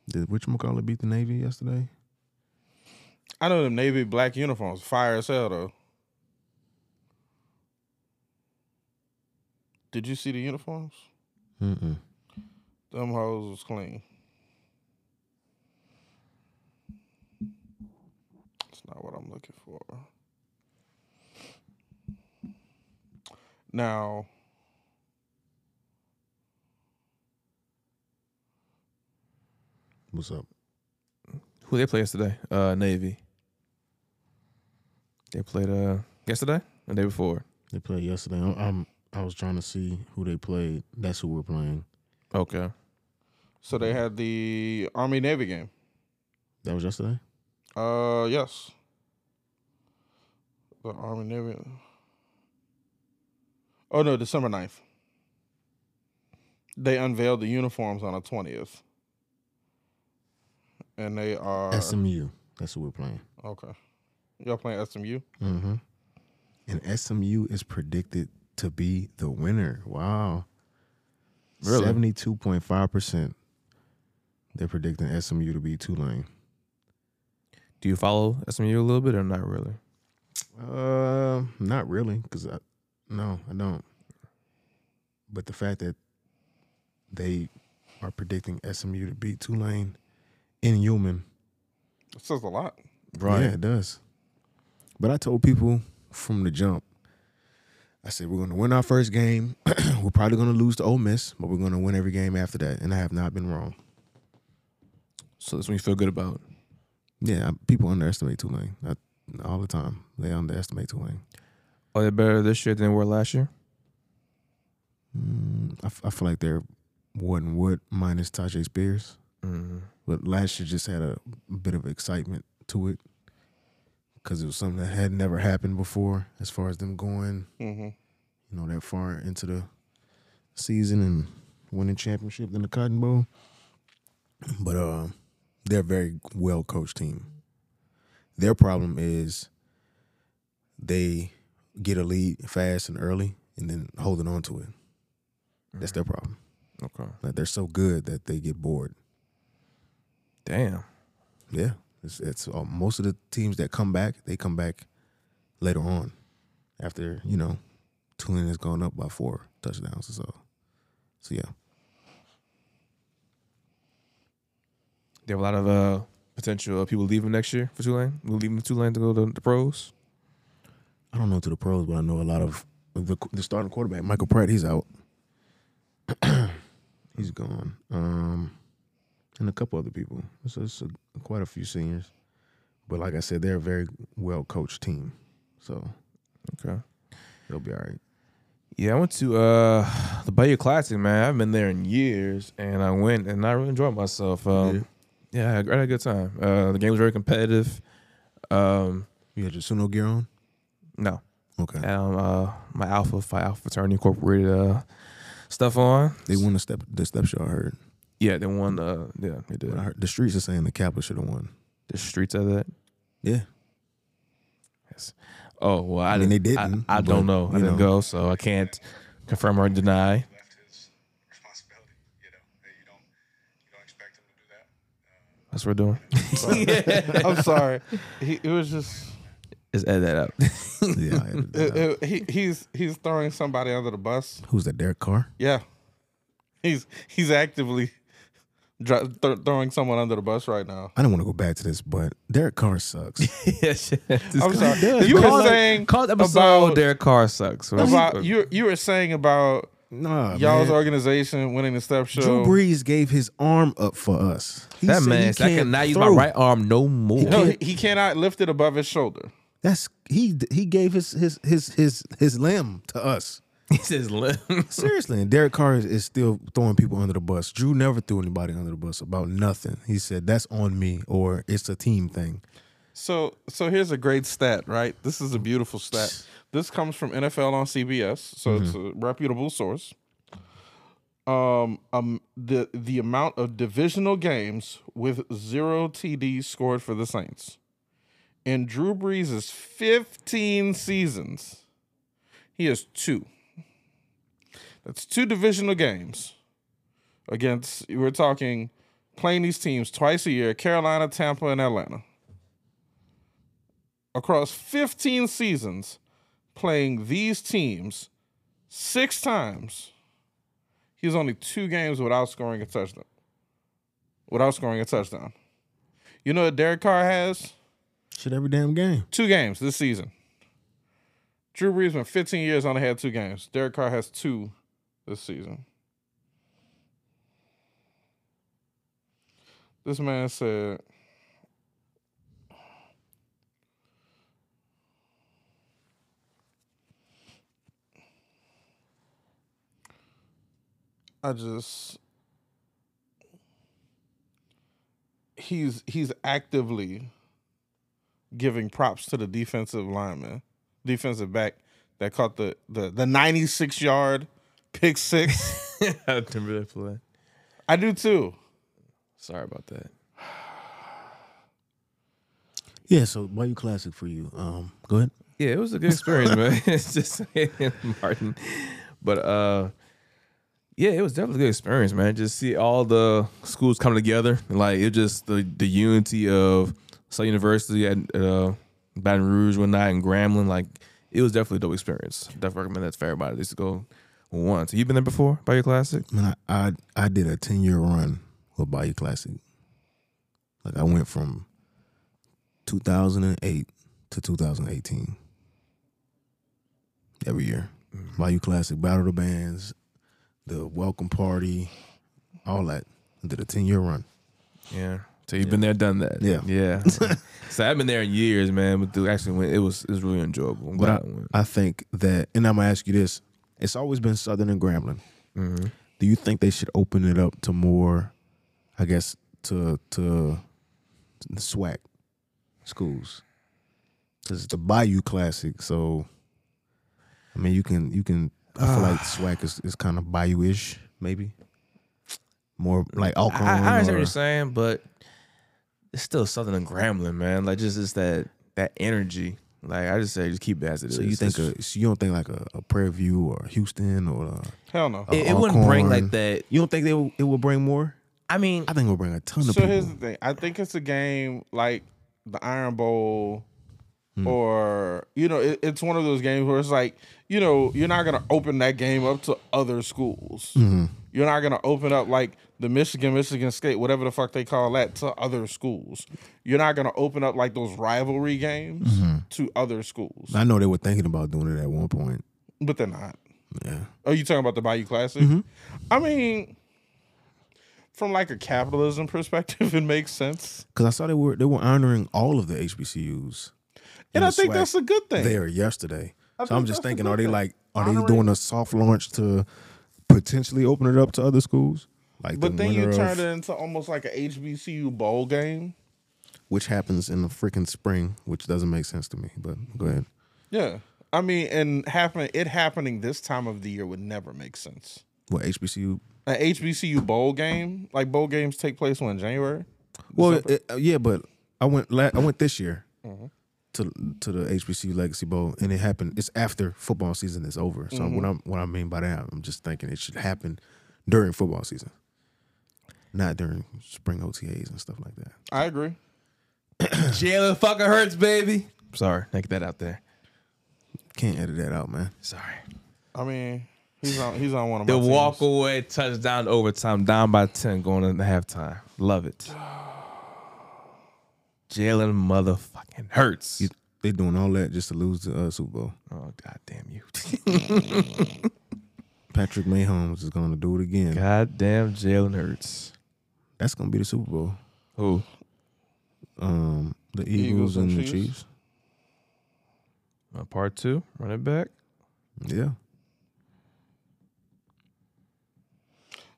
Did which McCullough beat the Navy yesterday? I know them navy black uniforms, fire as hell though. Did you see the uniforms? Mm-mm. Them hoes was clean. That's not what I'm looking for. Now, What's up? Who they play yesterday? Uh, Navy. They played uh yesterday and the day before. They played yesterday. I'm, I was trying to see who they played. That's who we're playing. Okay. so they had the Army Navy game. That was yesterday. Uh, yes. The Army Navy. Oh no, December 9th. They unveiled the uniforms on the twentieth, and they are SMU. That's who we're playing. okay. Y'all playing SMU? Mm-hmm. And SMU is predicted to be the winner. Wow. Really? 72.5%. They're predicting SMU to be Tulane. Do you follow SMU a little bit or not really? Uh, not really, because I, no, I don't. But the fact that they are predicting SMU to beat Tulane in Human, It says a lot. Yeah, it does. But I told people from the jump, I said we're going to win our first game. *clears throat* we're probably going to lose to Ole Miss, but we're going to win every game after that, and I have not been wrong. So that's when you feel good about. it. Yeah, I- people underestimate Tulane I, all the time. They underestimate Tulane. Are they better this year than they were last year? Mm, I, f- I feel like they're one wood minus Tajay Spears, Mm-hmm. but last year just had a bit of excitement to it because it was something that had never happened before as far as them going hmm you know, that far into the season and winning championship in the Cotton Bowl. But uh, they're a very well coached team. Their problem is they get a lead fast and early and then holding on to it. That's their problem. Okay. Like they're so good that they get bored. Damn. Yeah, it's, it's uh, most of the teams that come back, they come back later on after you know Tulane has gone up by four touchdowns or so. So yeah, They have a lot of uh potential uh, people leaving next year for Tulane. We're leaving Tulane to go to the pros. I don't know to the pros, but I know a lot of the, the starting quarterback, Michael Pratt. He's out. *clears throat* he's gone. Um, and a couple other people. So it's a, quite a few seniors. But like I said, they're a very well coached team, so Okay. they'll be all right. Yeah, I went to uh the Bayou Classic, man. I've been there in years, and I went and I really enjoyed myself. Um, yeah, I had I had a good time. Uh, the game was very competitive. Um, You had your Suno gear on. no, Okay, um, uh, my Alpha Phi Alpha Fraternity Incorporated uh, stuff on. they won the step the step show. I heard. Yeah, they won. Uh, yeah, they did. But I heard the streets are saying the Capitals should have won. The streets of that. Yeah, Yes. Oh well, I, I mean, didn't. they I- didn't, I, don't but, know. I you didn't know. go, so I can't confirm or deny. left his responsibility. You know, Hey, you don't you don't expect him to do that. That's what we're doing. *laughs* I'm sorry. He it was just *laughs* Just add that *laughs* up. *laughs* yeah. I had to- it- it- he, he's he's throwing somebody under the bus. Who's that? Derek Carr. Yeah, he's he's actively dri th- throwing someone under the bus right now. I don't want to go back to this, but Derek Carr sucks. yes. *laughs* I'm sorry. You were saying Call the episode about, Derek Carr sucks. Right? about you. You were saying about *laughs* nah, y'all's man. organization winning the step Drew show. Brees gave his arm up for us. He that said man, he I can't cannot use my throw. *laughs* right arm no more. no, he, he cannot lift it above his shoulder. That's he he gave his his his his his limb to us. He says limb. Seriously, and Derek Carr is, is still throwing people under the bus. Drew never threw anybody under the bus about nothing. He said that's on me or it's a team thing. So so here's a great stat, right? This is a beautiful stat. This comes from NFL on CBS, so it's a reputable source. Um, um, the the amount of divisional games with zero TDs scored for the Saints in Drew Brees' 15 seasons, he has two. That's two divisional games against. We're talking playing these teams twice a year: Carolina, Tampa, and Atlanta across 15 seasons playing these teams six times, he's only two games without scoring a touchdown. Without scoring a touchdown. You know what Derek Carr has? Shit, every damn game. Two games this season. Drew Brees went 15 years only had two games. Derek Carr has two this season. This man said, I just he's he's actively giving props to the defensive lineman, defensive back that caught the the the 96 yard pick six. *laughs* I remember that play. I do too. Sorry about that. Yeah, so why you classic for you? Um, go ahead. Yeah, it was a good experience, man. *laughs* It's just *laughs* Martin, but uh, yeah, it was definitely a good experience, man. Just see all the schools come together, like it just the the unity of South University at uh, Baton Rouge one night and Grambling, like it was definitely a dope experience. Definitely recommend that for everybody. Just go once. You been there before by your classic? Man, I I, I did a ten year run with Bayou Classic. Like I went from 2008 to 2018. Every year, Bayou Classic, Battle of the Bands, the Welcome Party, all that. I did a ten year run. Yeah. So you've been there, done that. Yeah. yeah. *laughs* so I've been there in years, man. But dude, actually, went, it was it was really enjoyable. I'm But glad I went. I, I think that, and I'm gonna ask you this: It's always been Southern and Grambling. Mm-hmm. Do you think they should open it up to more? I guess to to the SWAC schools because it's the Bayou Classic. So, I mean, you can you can. I feel Ah. like SWAC is, is kind of Bayou-ish, maybe more like alcohol. I, I understand what you're saying, but it's still Southern and Grambling, man. Like just it's that that energy. Like I just say, just keep it as it is. So you think It's- a, so you don't think like a, a Prairie View or Houston or uh, Hell no. it, it wouldn't bring Alcorn. like that? you don't think they will, it will bring more? I mean, I think it'll bring a ton of So people. here's the thing. I think it's a game like the Iron Bowl, or you know, it, it's one of those games where it's like you know, you're not gonna open that game up to other schools. You're not gonna open up like the Michigan, Michigan State, whatever the fuck they call that, to other schools. You're not gonna open up like those rivalry games to other schools, I know they were thinking about doing it at one point. but they're not. Yeah. Are you talking about the Bayou Classic? I mean, from like a capitalism perspective, *laughs* it makes sense. Cause I saw they were they were honoring all of the HBCUs. in And I the think swag that's a good thing. there yesterday. I So I'm think just that's a thinking, good are they thing. like are Honoring- they doing a soft launch to potentially open it up to other schools? Like But the then you winner turn of- it into almost like a HBCU bowl game. which happens in the freaking spring, which doesn't make sense to me. But go ahead. Yeah. I mean, and happen it happening this time of the year would never make sense. What HBCU? An HBCU bowl game, like bowl games take place when January. Well, it, uh, yeah, but I went la- I went this year Mm-hmm. to to the HBCU Legacy Bowl, and it happened. It's after football season is over. So Mm-hmm. what I'm what I mean by that, I'm just thinking it should happen during football season, not during spring OTAs and stuff like that. I agree. Jalen fucking hurts, baby. Sorry, I get that out there. Can't edit that out, man. Sorry. I mean, he's on he's on one of my The teams. walk away touchdown overtime, down by ten, going into halftime. Love it. *sighs* Jalen motherfucking hurts. They doing all that just to lose the uh, Super Bowl. oh god damn you. Patrick Mahomes is going to do it again. god damn Jalen hurts. That's going to be the Super Bowl. Who? Um, the Eagles, Eagles and, and the Chiefs. Chiefs. Uh, part two, run it back. Yeah.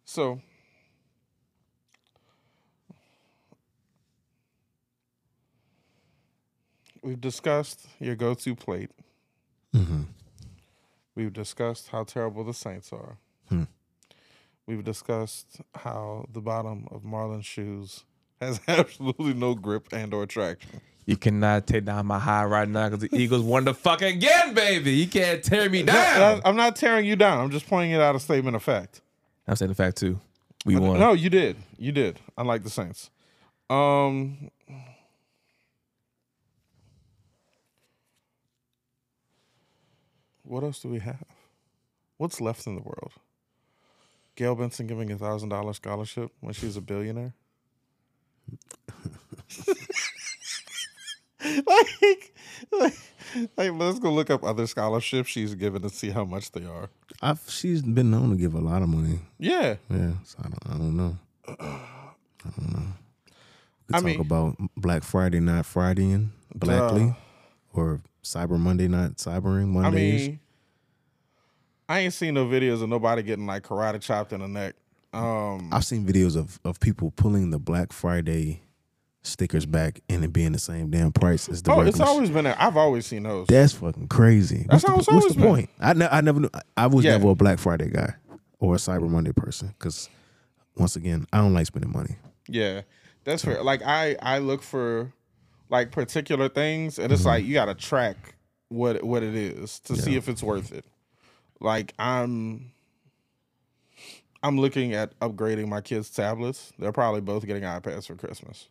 So we've discussed your go-to plate. Mm-hmm. We've discussed how terrible the Saints are. Hmm. We've discussed how the bottom of Marlon's shoes has *laughs* absolutely no grip and or traction. You cannot take down my high right now because the Eagles won the fuck again, baby. You can't tear me down. I'm not tearing you down. I'm just pointing it out a statement of fact. I'm saying the fact too. We won. No, you did. You did. Unlike the Saints. Um What else do we have? What's left in the world? Gail Benson giving a thousand dollar scholarship when she's a billionaire. *laughs* like, like, like, let's go look up other scholarships she's given and see how much they are. I've she's been known to give a lot of money. Yeah, Yeah. So I don't I don't know. I don't know. We could I talk mean- about Black Friday not Fridaying blackly. Duh. Or Cyber Monday not cybering Mondays. I mean, I ain't seen no videos of nobody getting like karate chopped in the neck. Um, I've seen videos of, of people pulling the Black Friday stickers back and it being the same damn price as the oh, regular. it's always been there. I've always seen those. That's fucking crazy. what's That's the, how it's what's always the been. point? I, ne- I never knew. I, I was Yeah. never a Black Friday guy or a Cyber Monday person because, once again, I don't like spending money. Yeah, that's fair. Like I, I look for like particular things, and it's like you got to track what what it is to see if it's worth it. Like I'm, I'm looking at upgrading my kids' tablets. They're probably both getting iPads for Christmas.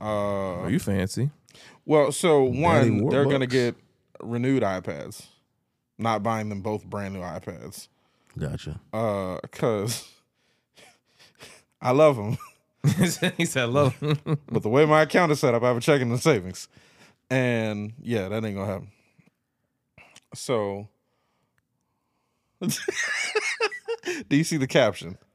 Uh, Oh, you fancy? *laughs* Well, so one, they're gonna Warbucks. get renewed iPads, not buying them both brand new iPads. Gotcha. Uh, cause *laughs* I love them, he said, *laughs* "Love." *laughs* but the way my account is set up, I have a checking and savings, and yeah, that ain't gonna happen. So, *laughs* do you see the caption? *laughs*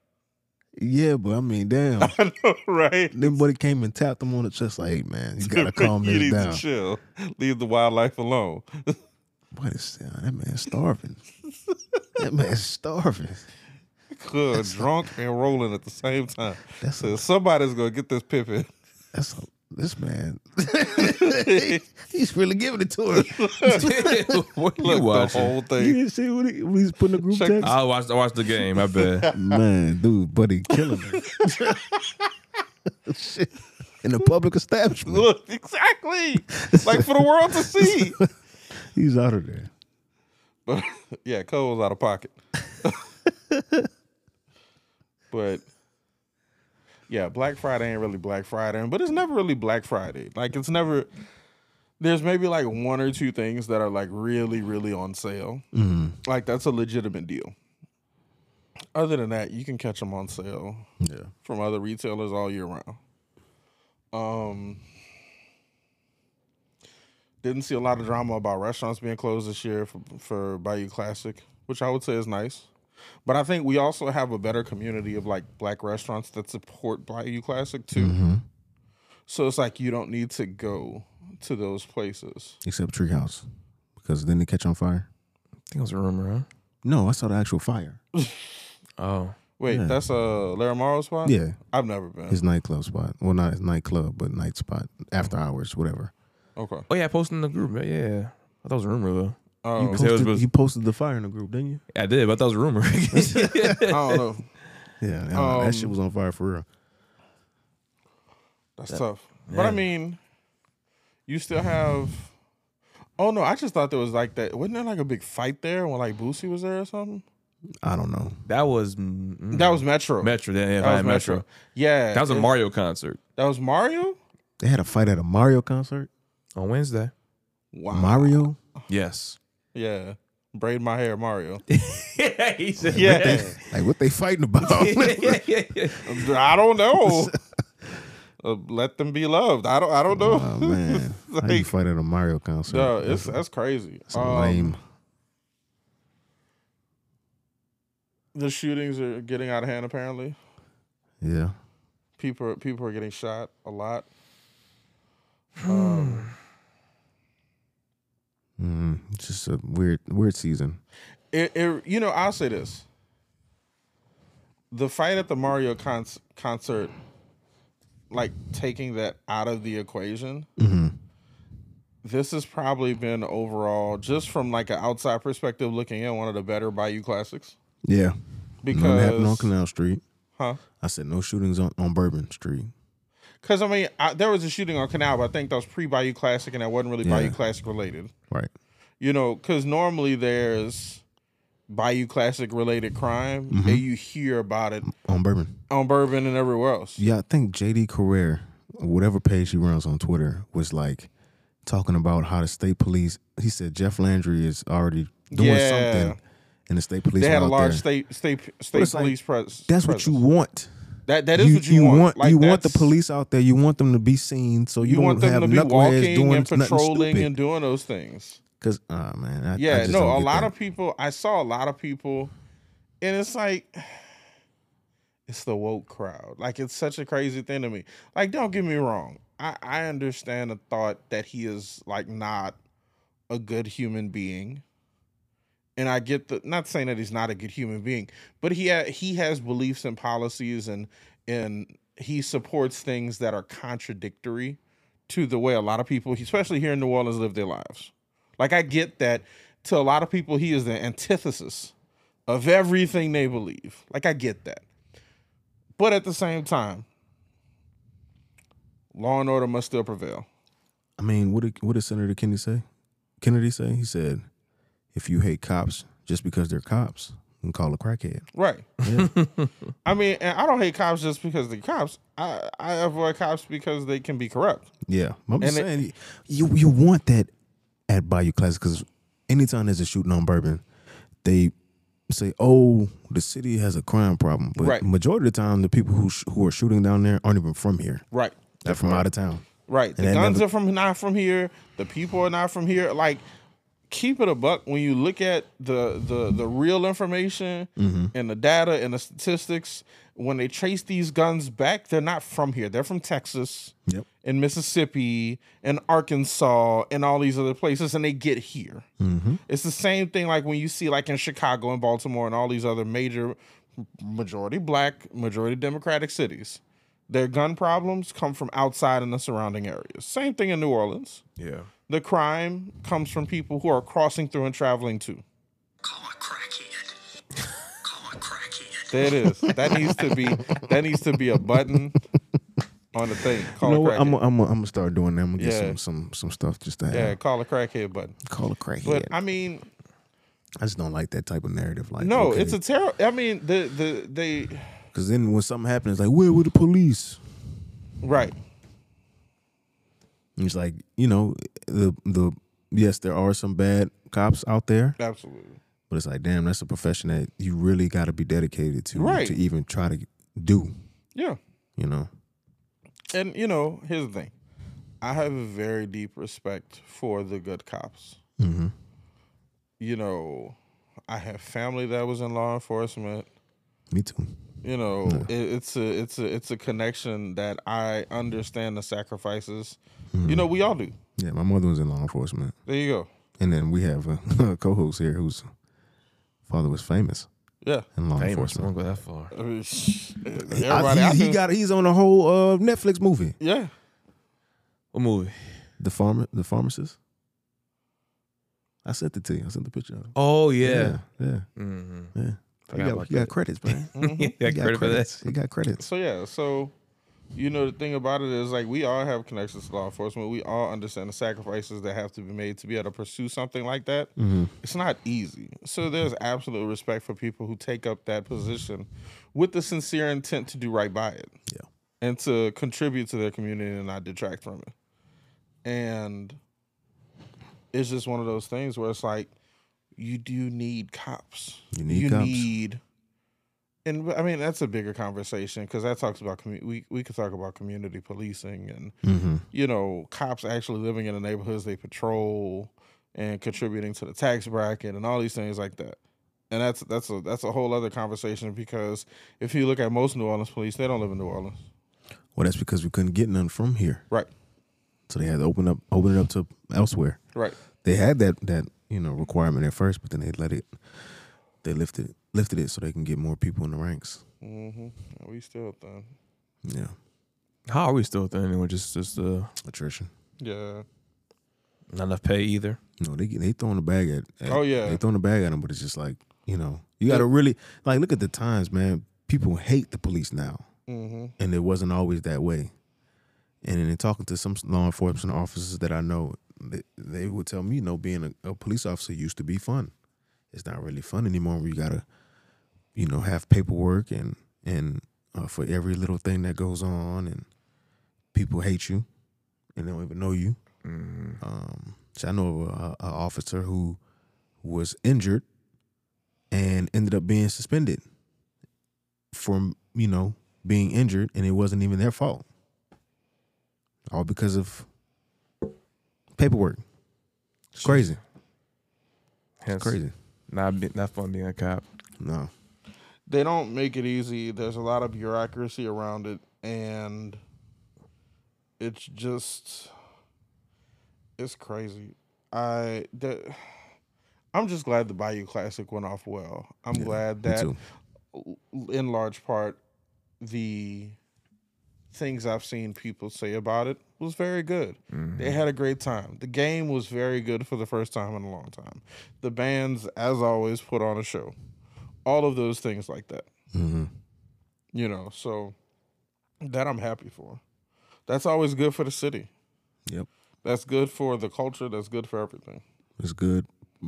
Yeah, but I mean, damn. I know, right? Them buddy came and tapped him on the chest like, hey, man, you *laughs* gotta calm you this need down. to chill. Leave the wildlife alone. *laughs* What is that? That man's starving. that man's starving. Good, drunk and rolling at the same time. That's So somebody's gonna get this pippin. That's a, this man. *laughs* he's really giving it *laughs* to him. what you Look, the watching? whole You *laughs* thing. didn't see what, he, what he's putting the group Check text? I watched. I watched the game. I *laughs* bet. Man, dude, buddy, killing me. *laughs* Shit. In the public establishment, Look, exactly. Like for the world to see. *laughs* he's out of there. But yeah, Cole was out of pocket. *laughs* but yeah, Black Friday ain't really Black Friday, but it's never really Black Friday. Like it's never. There's maybe like one or two things that are like really, really on sale. Like that's a legitimate deal. Other than that, you can catch them on sale Yeah. from other retailers all year round. Um, didn't see a lot of drama about restaurants being closed this year for, for Bayou Classic, which I would say is nice. But I think we also have a better community of like black restaurants that support Bayou Classic too. So it's like you don't need to go to those places. Except Treehouse, because then they catch on fire. I think it was a rumor, No, I saw the actual fire. huh? Oh, Wait, that's a Laramaro spot? Yeah, I've never been. his nightclub spot. Well, not his nightclub, but night spot, after hours, whatever. Okay. oh yeah. I posted in the group. right? Yeah, I thought it was a rumor though. Um, Say it was- Posted, you posted the fire in the group, didn't you? I did, but that was a rumor. *laughs* *laughs* I don't know. Yeah, I don't know. Um, that shit was on fire for real. That's tough. But I mean, you still have. Oh no! I just thought there was like that. Wasn't there like a big fight there when like Boosie was there or something? I don't know. that was mm, That was Metro. Metro. Yeah, yeah, That was Metro. Metro. Yeah. That was a it- Mario concert That was Mario. They had a fight at a Mario concert. on Wednesday. Wow. Mario. Yes. Yeah. Braid my *laughs* hair, Mario. he said, Yeah. *laughs* Like what they fighting *laughs* about? I don't know. Uh, let them be loved. I don't. I don't know. *laughs* oh man, how you Like- fight at a Mario concert? Duh, it's that's crazy. That's Um, lame. The shootings are getting out of hand. Apparently, Yeah. people are, people are getting shot a lot. Um, Mm, just a weird weird season. It, it, you know, I'll say this. The fight at the Mario con- concert, like taking that out of the equation, Mm-hmm. this has probably been overall, just from like an outside perspective looking in, one of the better Bayou classics. Yeah. Nothing happened on Because, Canal Street. huh? I said no shootings on, on Bourbon Street. Because I mean, I, there was a shooting on Canal, but I think that was pre Bayou Classic, and that wasn't really Bayou Yeah. Classic related. Right. You know, because normally there's Bayou Classic related crime, Mm-hmm. and you hear about it On Bourbon. on Bourbon and everywhere else. Yeah, I think JD Carrere, whatever page he runs on Twitter, was like talking about how the state police. He said Jeff Landry is already doing Yeah. something, and the state police. They had were a out large there. state state state it's like, police pres- That's what presence. you want. That that is what you, want. Like, you want the that's- police out there. You want them to be seen, so you, You don't want them have to be knuckleheads walking doing and patrolling and doing. doing those things. Because oh man, I, I Yeah, just no, don't a get lot that. of people. I saw a lot of people, and it's like, *sighs* it's the woke crowd. Like it's such a crazy thing to me. Like, don't get me wrong. I I understand the thought that he is like not a good human being, and I get the not saying that he's not a good human being, but he ha- he has beliefs and policies and and he supports things that are contradictory to the way a lot of people, especially here in New Orleans, live their lives. Like I get that to a lot of people, he is the antithesis of everything they believe. Like I get that. But at the same time, law and order must still prevail. I mean, what did what did Senator Kennedy say? Kennedy say he said, "If you hate cops just because they're cops, you can call a crackhead." Right. *laughs* I mean, and I don't hate cops just because they're cops. I, I avoid cops because they can be corrupt. Yeah, I'm just And it- saying you you want that at Bayou Classic because anytime there's a shooting on Bourbon, they say, "Oh, the city has a crime problem," but Right. majority of the time, the people who sh- who are shooting down there aren't even from here; Right. they're from out of town. Right. The And that guns never- are from not from here. The people are not from here. Like, keep it a buck when you look at the the the real information Mm-hmm. and the data and the statistics. When they trace these guns back, they're not from here. They're from Texas Yep. and Mississippi and Arkansas and all these other places, and they get here. Mm-hmm. It's the same thing like when you see like in Chicago and Baltimore and all these other major majority black, majority democratic cities. Their gun problems come from outside in the surrounding areas. Same thing in New Orleans. Yeah. The crime comes from people who are crossing through and traveling too. Call a crackhead. Call a crackhead. There it is. That needs to be that needs to be a button on the thing. Call You know a what? crackhead. I'm i I'm i am I'm gonna start doing that. I'm gonna get Yeah. some some some stuff just to have. yeah, call a crackhead button. Call a crackhead. But i I mean, just don't like that type of narrative. Like, no, it's a terrible. I mean, the the they because then when something happens, it's like, where were the police? right. And It's like you know the the yes, there are some bad cops out there, Absolutely. but it's like damn, that's a profession that you really got to be dedicated to Right. to even try to do. Yeah. You know, And you know, here's the thing. I have a very deep respect for the good cops. Mm-hmm. You know, I have family that was in law enforcement. me too. You know, it, it's a it's a it's a connection that I understand the sacrifices. Mm-hmm. You know, we all do. Yeah, my mother was in law enforcement, There you go. and then we have a, *laughs* co-host here whose father was famous Yeah. *laughs* in law Damn, I enforcement. won't go that far. I mean, everybody I- out he, he there- got he's on a whole uh, Netflix movie, yeah. What movie? the farmer, the pharmacist. I sent it to you. I sent the picture of him. Oh yeah, yeah. Mhm. yeah. He Forgot got, about he got that. credits, man. *laughs* Yeah, He got credit for that. credits. He got credits. So yeah, so you know the thing about it is like we all have connections to law enforcement. We all understand the sacrifices that have to be made to be able to pursue something like that. It's not easy. So there's absolute respect for people who take up that position with the sincere intent to do right by it. Yeah. And to contribute to their community and not detract from it. And it's just one of those things where it's like you do need cops. You need cops. need- and I mean that's a bigger conversation because that talks about commu- we we could talk about community policing and Mm-hmm. you know cops actually living in the neighborhoods they patrol and contributing to the tax bracket and all these things like that. And that's that's a that's a whole other conversation because if you look at most New Orleans police, they don't live in New Orleans, Well, that's because we couldn't get none from here, right? so they had to open up, open it up to elsewhere. Right. They had that that you know requirement at first, but then they let it, they lifted lifted it so they can get more people in the ranks. Mm-hmm. we still uh, thin. Yeah, How are we still thin? Anyway, just just uh, attrition. Yeah. not enough pay either. No, they get- they throwing the bag at, at- Oh, yeah. they throwing the bag at them, but it's just like you know you got to really like look at the times, man. People hate the police now, Mm-hmm. and it wasn't always that way. And in talking to some law enforcement officers that I know, they, they would tell me, you know, being a, a police officer used to be fun. It's not really fun anymore. Where you gotta, you know, have paperwork and and uh, for every little thing that goes on, and people hate you and they don't even know you. Um, so I know of a, a officer who was injured and ended up being suspended from you know being injured, and it wasn't even their fault, all because of paperwork. It's crazy, Hence, crazy. Not be, not fun being a cop. No, They don't make it easy. There's a lot of bureaucracy around it and it's just it's crazy. I the, I'm just glad the Bayou Classic went off well. I'm glad that too. in large part the things I've seen people say about it was very good. They had a great time. The game was very good for the first time in a long time. The bands, as always, put on a show. All of those things like that. Mm-hmm. You know, so that I'm happy for. That's always good for the city. Yep. That's good for the culture. That's good for everything. it's good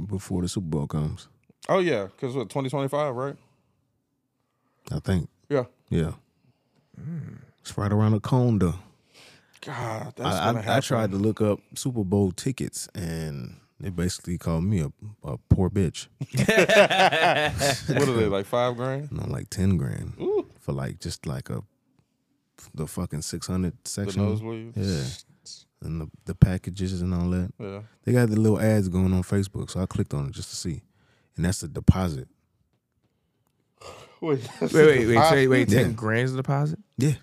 before the Super Bowl comes. Oh, yeah, because what, 2025, right? I think, Yeah. yeah, it's right around the corner. God, that's I, going to I, happen. I tried to look up Super Bowl tickets, and they basically called me a, a poor bitch. What are they, like *laughs* five grand? No, like ten grand for like just like a the fucking six hundred The section. nosebleeds? yeah, and the the packages and all that. Yeah. They got the little ads going on Facebook, so I clicked on it just to see, and that's the deposit. Wait, *laughs* Wait, wait, wait, I- wait, wait. Yeah. Ten grand's a deposit. Yeah,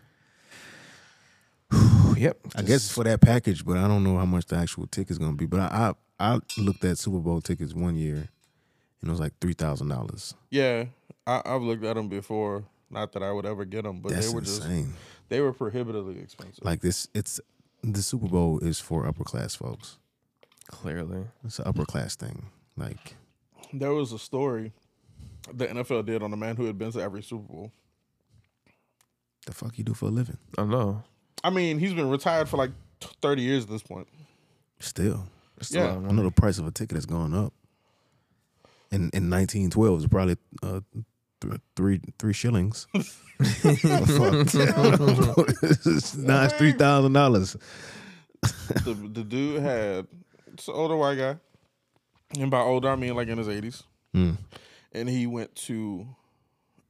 Yep. I guess it's for that package, but I don't know how much the actual ticket's gonna be. But I I, I looked at Super Bowl tickets one year, and it was like three thousand dollars. Yeah, I, I've looked at them before. Not that I would ever get them, but That's they were just insane. they were prohibitively expensive. like this, it's the Super Bowl is for upper class folks. clearly. It's an upper class thing. Like there was a story the NFL did on a man who had been to every Super Bowl. the fuck you do for a living? I know. I mean, he's been retired for like t- thirty years at this point. Still, That's Yeah. of I know the price of a ticket has gone up. In in nineteen twelve, it's probably uh, th- three three shillings. *laughs* *laughs* now it's three thousand dollars. the the dude had it's an older white guy, and by older I mean like in his eighties, and he went to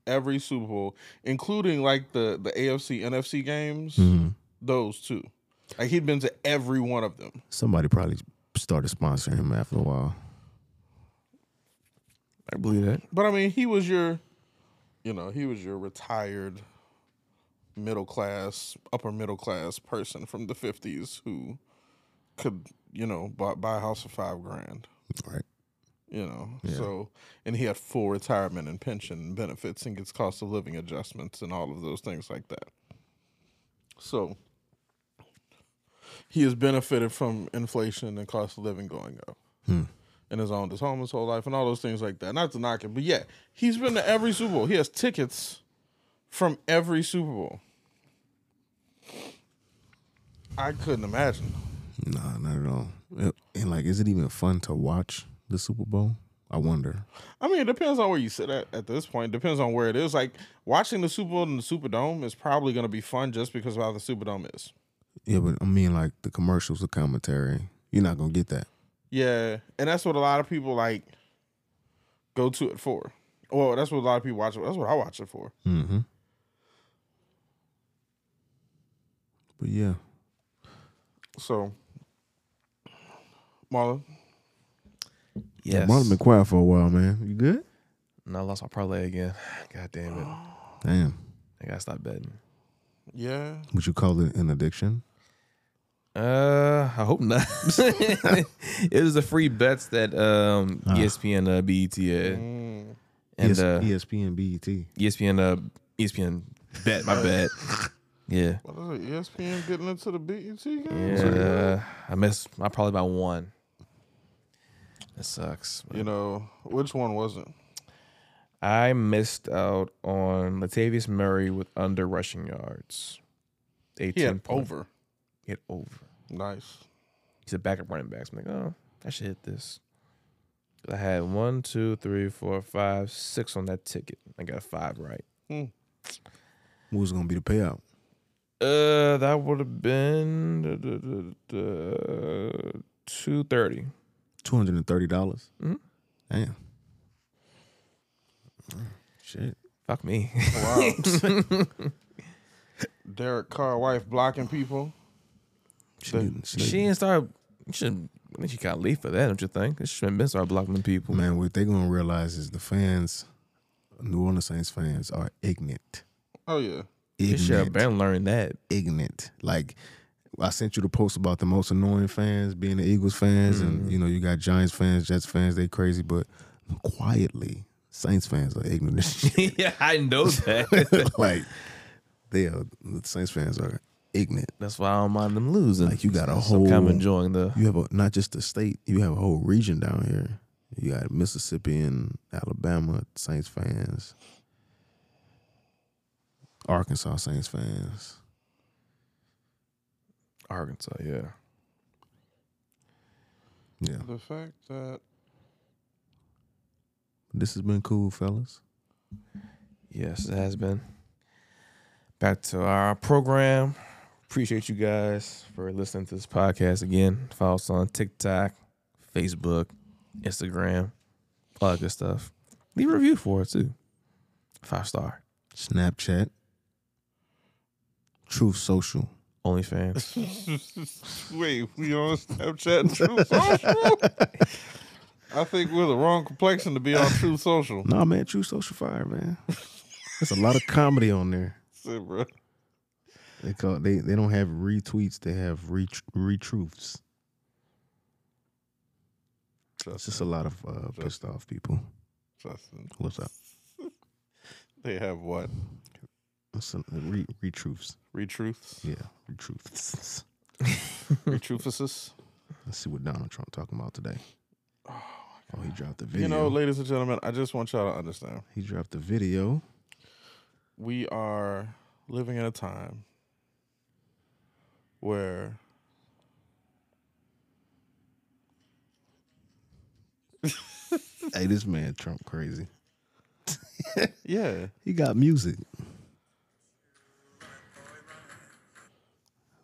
every Super Bowl, including like the the AFC NFC games, those two. Like he'd been to every one of them. Somebody probably started sponsoring him after a while. I believe that. But I mean, he was your, you know, he was your retired middle class, upper middle class person from the 50s who could, you know, buy, buy a house for five grand, Right. you know. So, and he had full retirement and pension benefits and gets cost of living adjustments and all of those things like that. So, he has benefited from inflation and cost of living going up and has owned his home his whole life and all those things like that. Not to knock it, but yeah, he's been to every Super Bowl. He has tickets from every Super Bowl. I couldn't imagine. Nah, not at all. And- And like, is it even fun to watch the Super Bowl? I wonder. I mean, it depends on where you sit at at this point. Depends on where it is. Like watching the Super Bowl in the Superdome is probably going to be fun just because of how the Superdome is. Yeah, but I mean, like the commercials, the commentary. You're not gonna get that. Yeah, and that's what a lot of people like go to it for. Well, that's what a lot of people watch it. That's what I watch it for. Mm-hmm. But yeah, So, Marlon, yeah. Yes. Marlon been quiet for a while, man. You good? And I lost my parlay again. *sighs* God *gasps* damn it. I Damn. gotta stop betting. yeah, Would you call it an addiction? Uh, I hope not. *laughs* it was the free bets that um, ESPN uh, BET had, and ES- uh, ESPN BET. ESPN uh, ESPN bet. *laughs* My bet. Yeah, What is it, E ESPN getting into the E BET game? yeah. uh, I missed. I probably by one. That sucks. but- You know, which one was it? I missed out on Latavius Murray with under rushing yards. He 18 had point- over. He had over. Nice. He's a backup running back. So I'm like, oh, I should hit this. I had one, two, three, four, five, six on that ticket. I got five right. What was gonna be the payout? Uh, that would have been da, da, da, da, 230. Two hundred and thirty dollars. Damn. Mm, Shit. Fuck me. *laughs* Wow. Derek Carr wife blocking people. She, But didn't- she she didn't- didn't start. She, I think she got leave for that, don't you think? She shouldn't have been start blocking them people. man, what they gonna realize is the fans, New Orleans Saints fans, are ignorant. Oh yeah. She should have Ignorant. been *laughs* learning that. ignorant. Like I sent you the post about the most annoying fans being the Eagles fans, and you know you got Giants fans, Jets fans, they crazy, but quietly Saints fans are ignorant. as shit. *laughs* yeah, I *laughs* know that. like they are, the Saints fans are ignorant. That's why I don't mind them losing. Like, you got a So I'm kind whole- of enjoying the. You have a, not just the state, you have a whole region down here. You got Mississippi and Alabama Saints fans, Arkansas Saints fans. Arkansas, yeah. Yeah, The fact that this has been cool, fellas. Yes, it has been. Back to our program. Appreciate you guys for listening to this podcast again. Follow us on TikTok, Facebook, Instagram, all that good stuff. Leave a review for it too. Five star. Snapchat, Truth Social. OnlyFans. *laughs* wait, we on Snapchat and True *laughs* Social? I think we're the wrong complexion to be on True Social. Nah, man, True Social Fire, man. *laughs* There's a lot of comedy on there. Shit, bro. They call they they don't have retweets. They have re retruths. It's just a lot of uh, pissed off people. Justin. What's up? They have what? What's up? Re retruths. Retruths? Yeah, retruths. Retruthicus? Let's see what Donald Trump talking about today. Oh, he dropped the video. You know, ladies and gentlemen, I just want y'all to understand. he dropped the video. we are living in a time where Hey, this man Trump crazy. yeah He got music.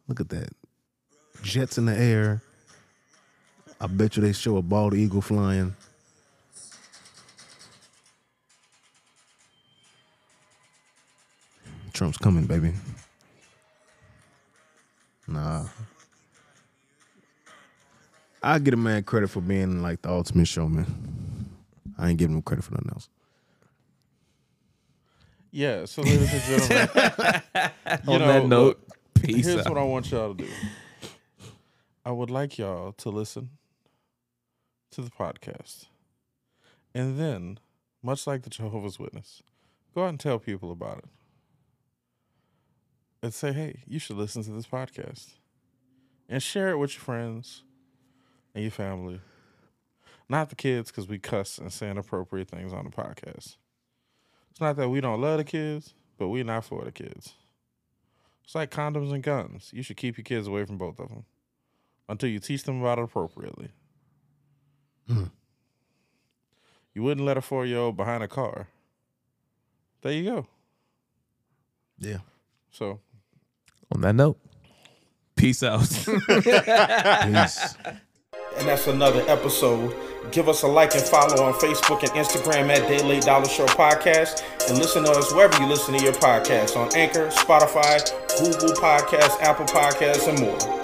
Look at that. Jets in the air. I bet you they show a bald eagle flying. Trump's coming, baby. Nah. I get a man credit for being like the ultimate showman. I ain't giving him credit for nothing else. yeah so ladies and *laughs* gentlemen you on know, that note, look, *laughs* peace here's out. what i want y'all to do i would like y'all to listen to the podcast and then much like the jehovah's witness go out and tell people about it and say hey you should listen to this podcast and share it with your friends and your family not the kids because we cuss and say inappropriate things on the podcast. It's not that we don't love the kids, but we're not for the kids. It's like condoms and guns. You should keep your kids away from both of them until you teach them about it appropriately. You wouldn't let a four year old behind a car. There you go. Yeah. So, on that note, peace out. *laughs* Peace. And that's another episode. Give us a like and follow on Facebook and Instagram at Daily Dollar Show Podcast. And listen to us wherever you listen to your podcasts on Anchor, Spotify, Google Podcasts, Apple Podcasts, and more.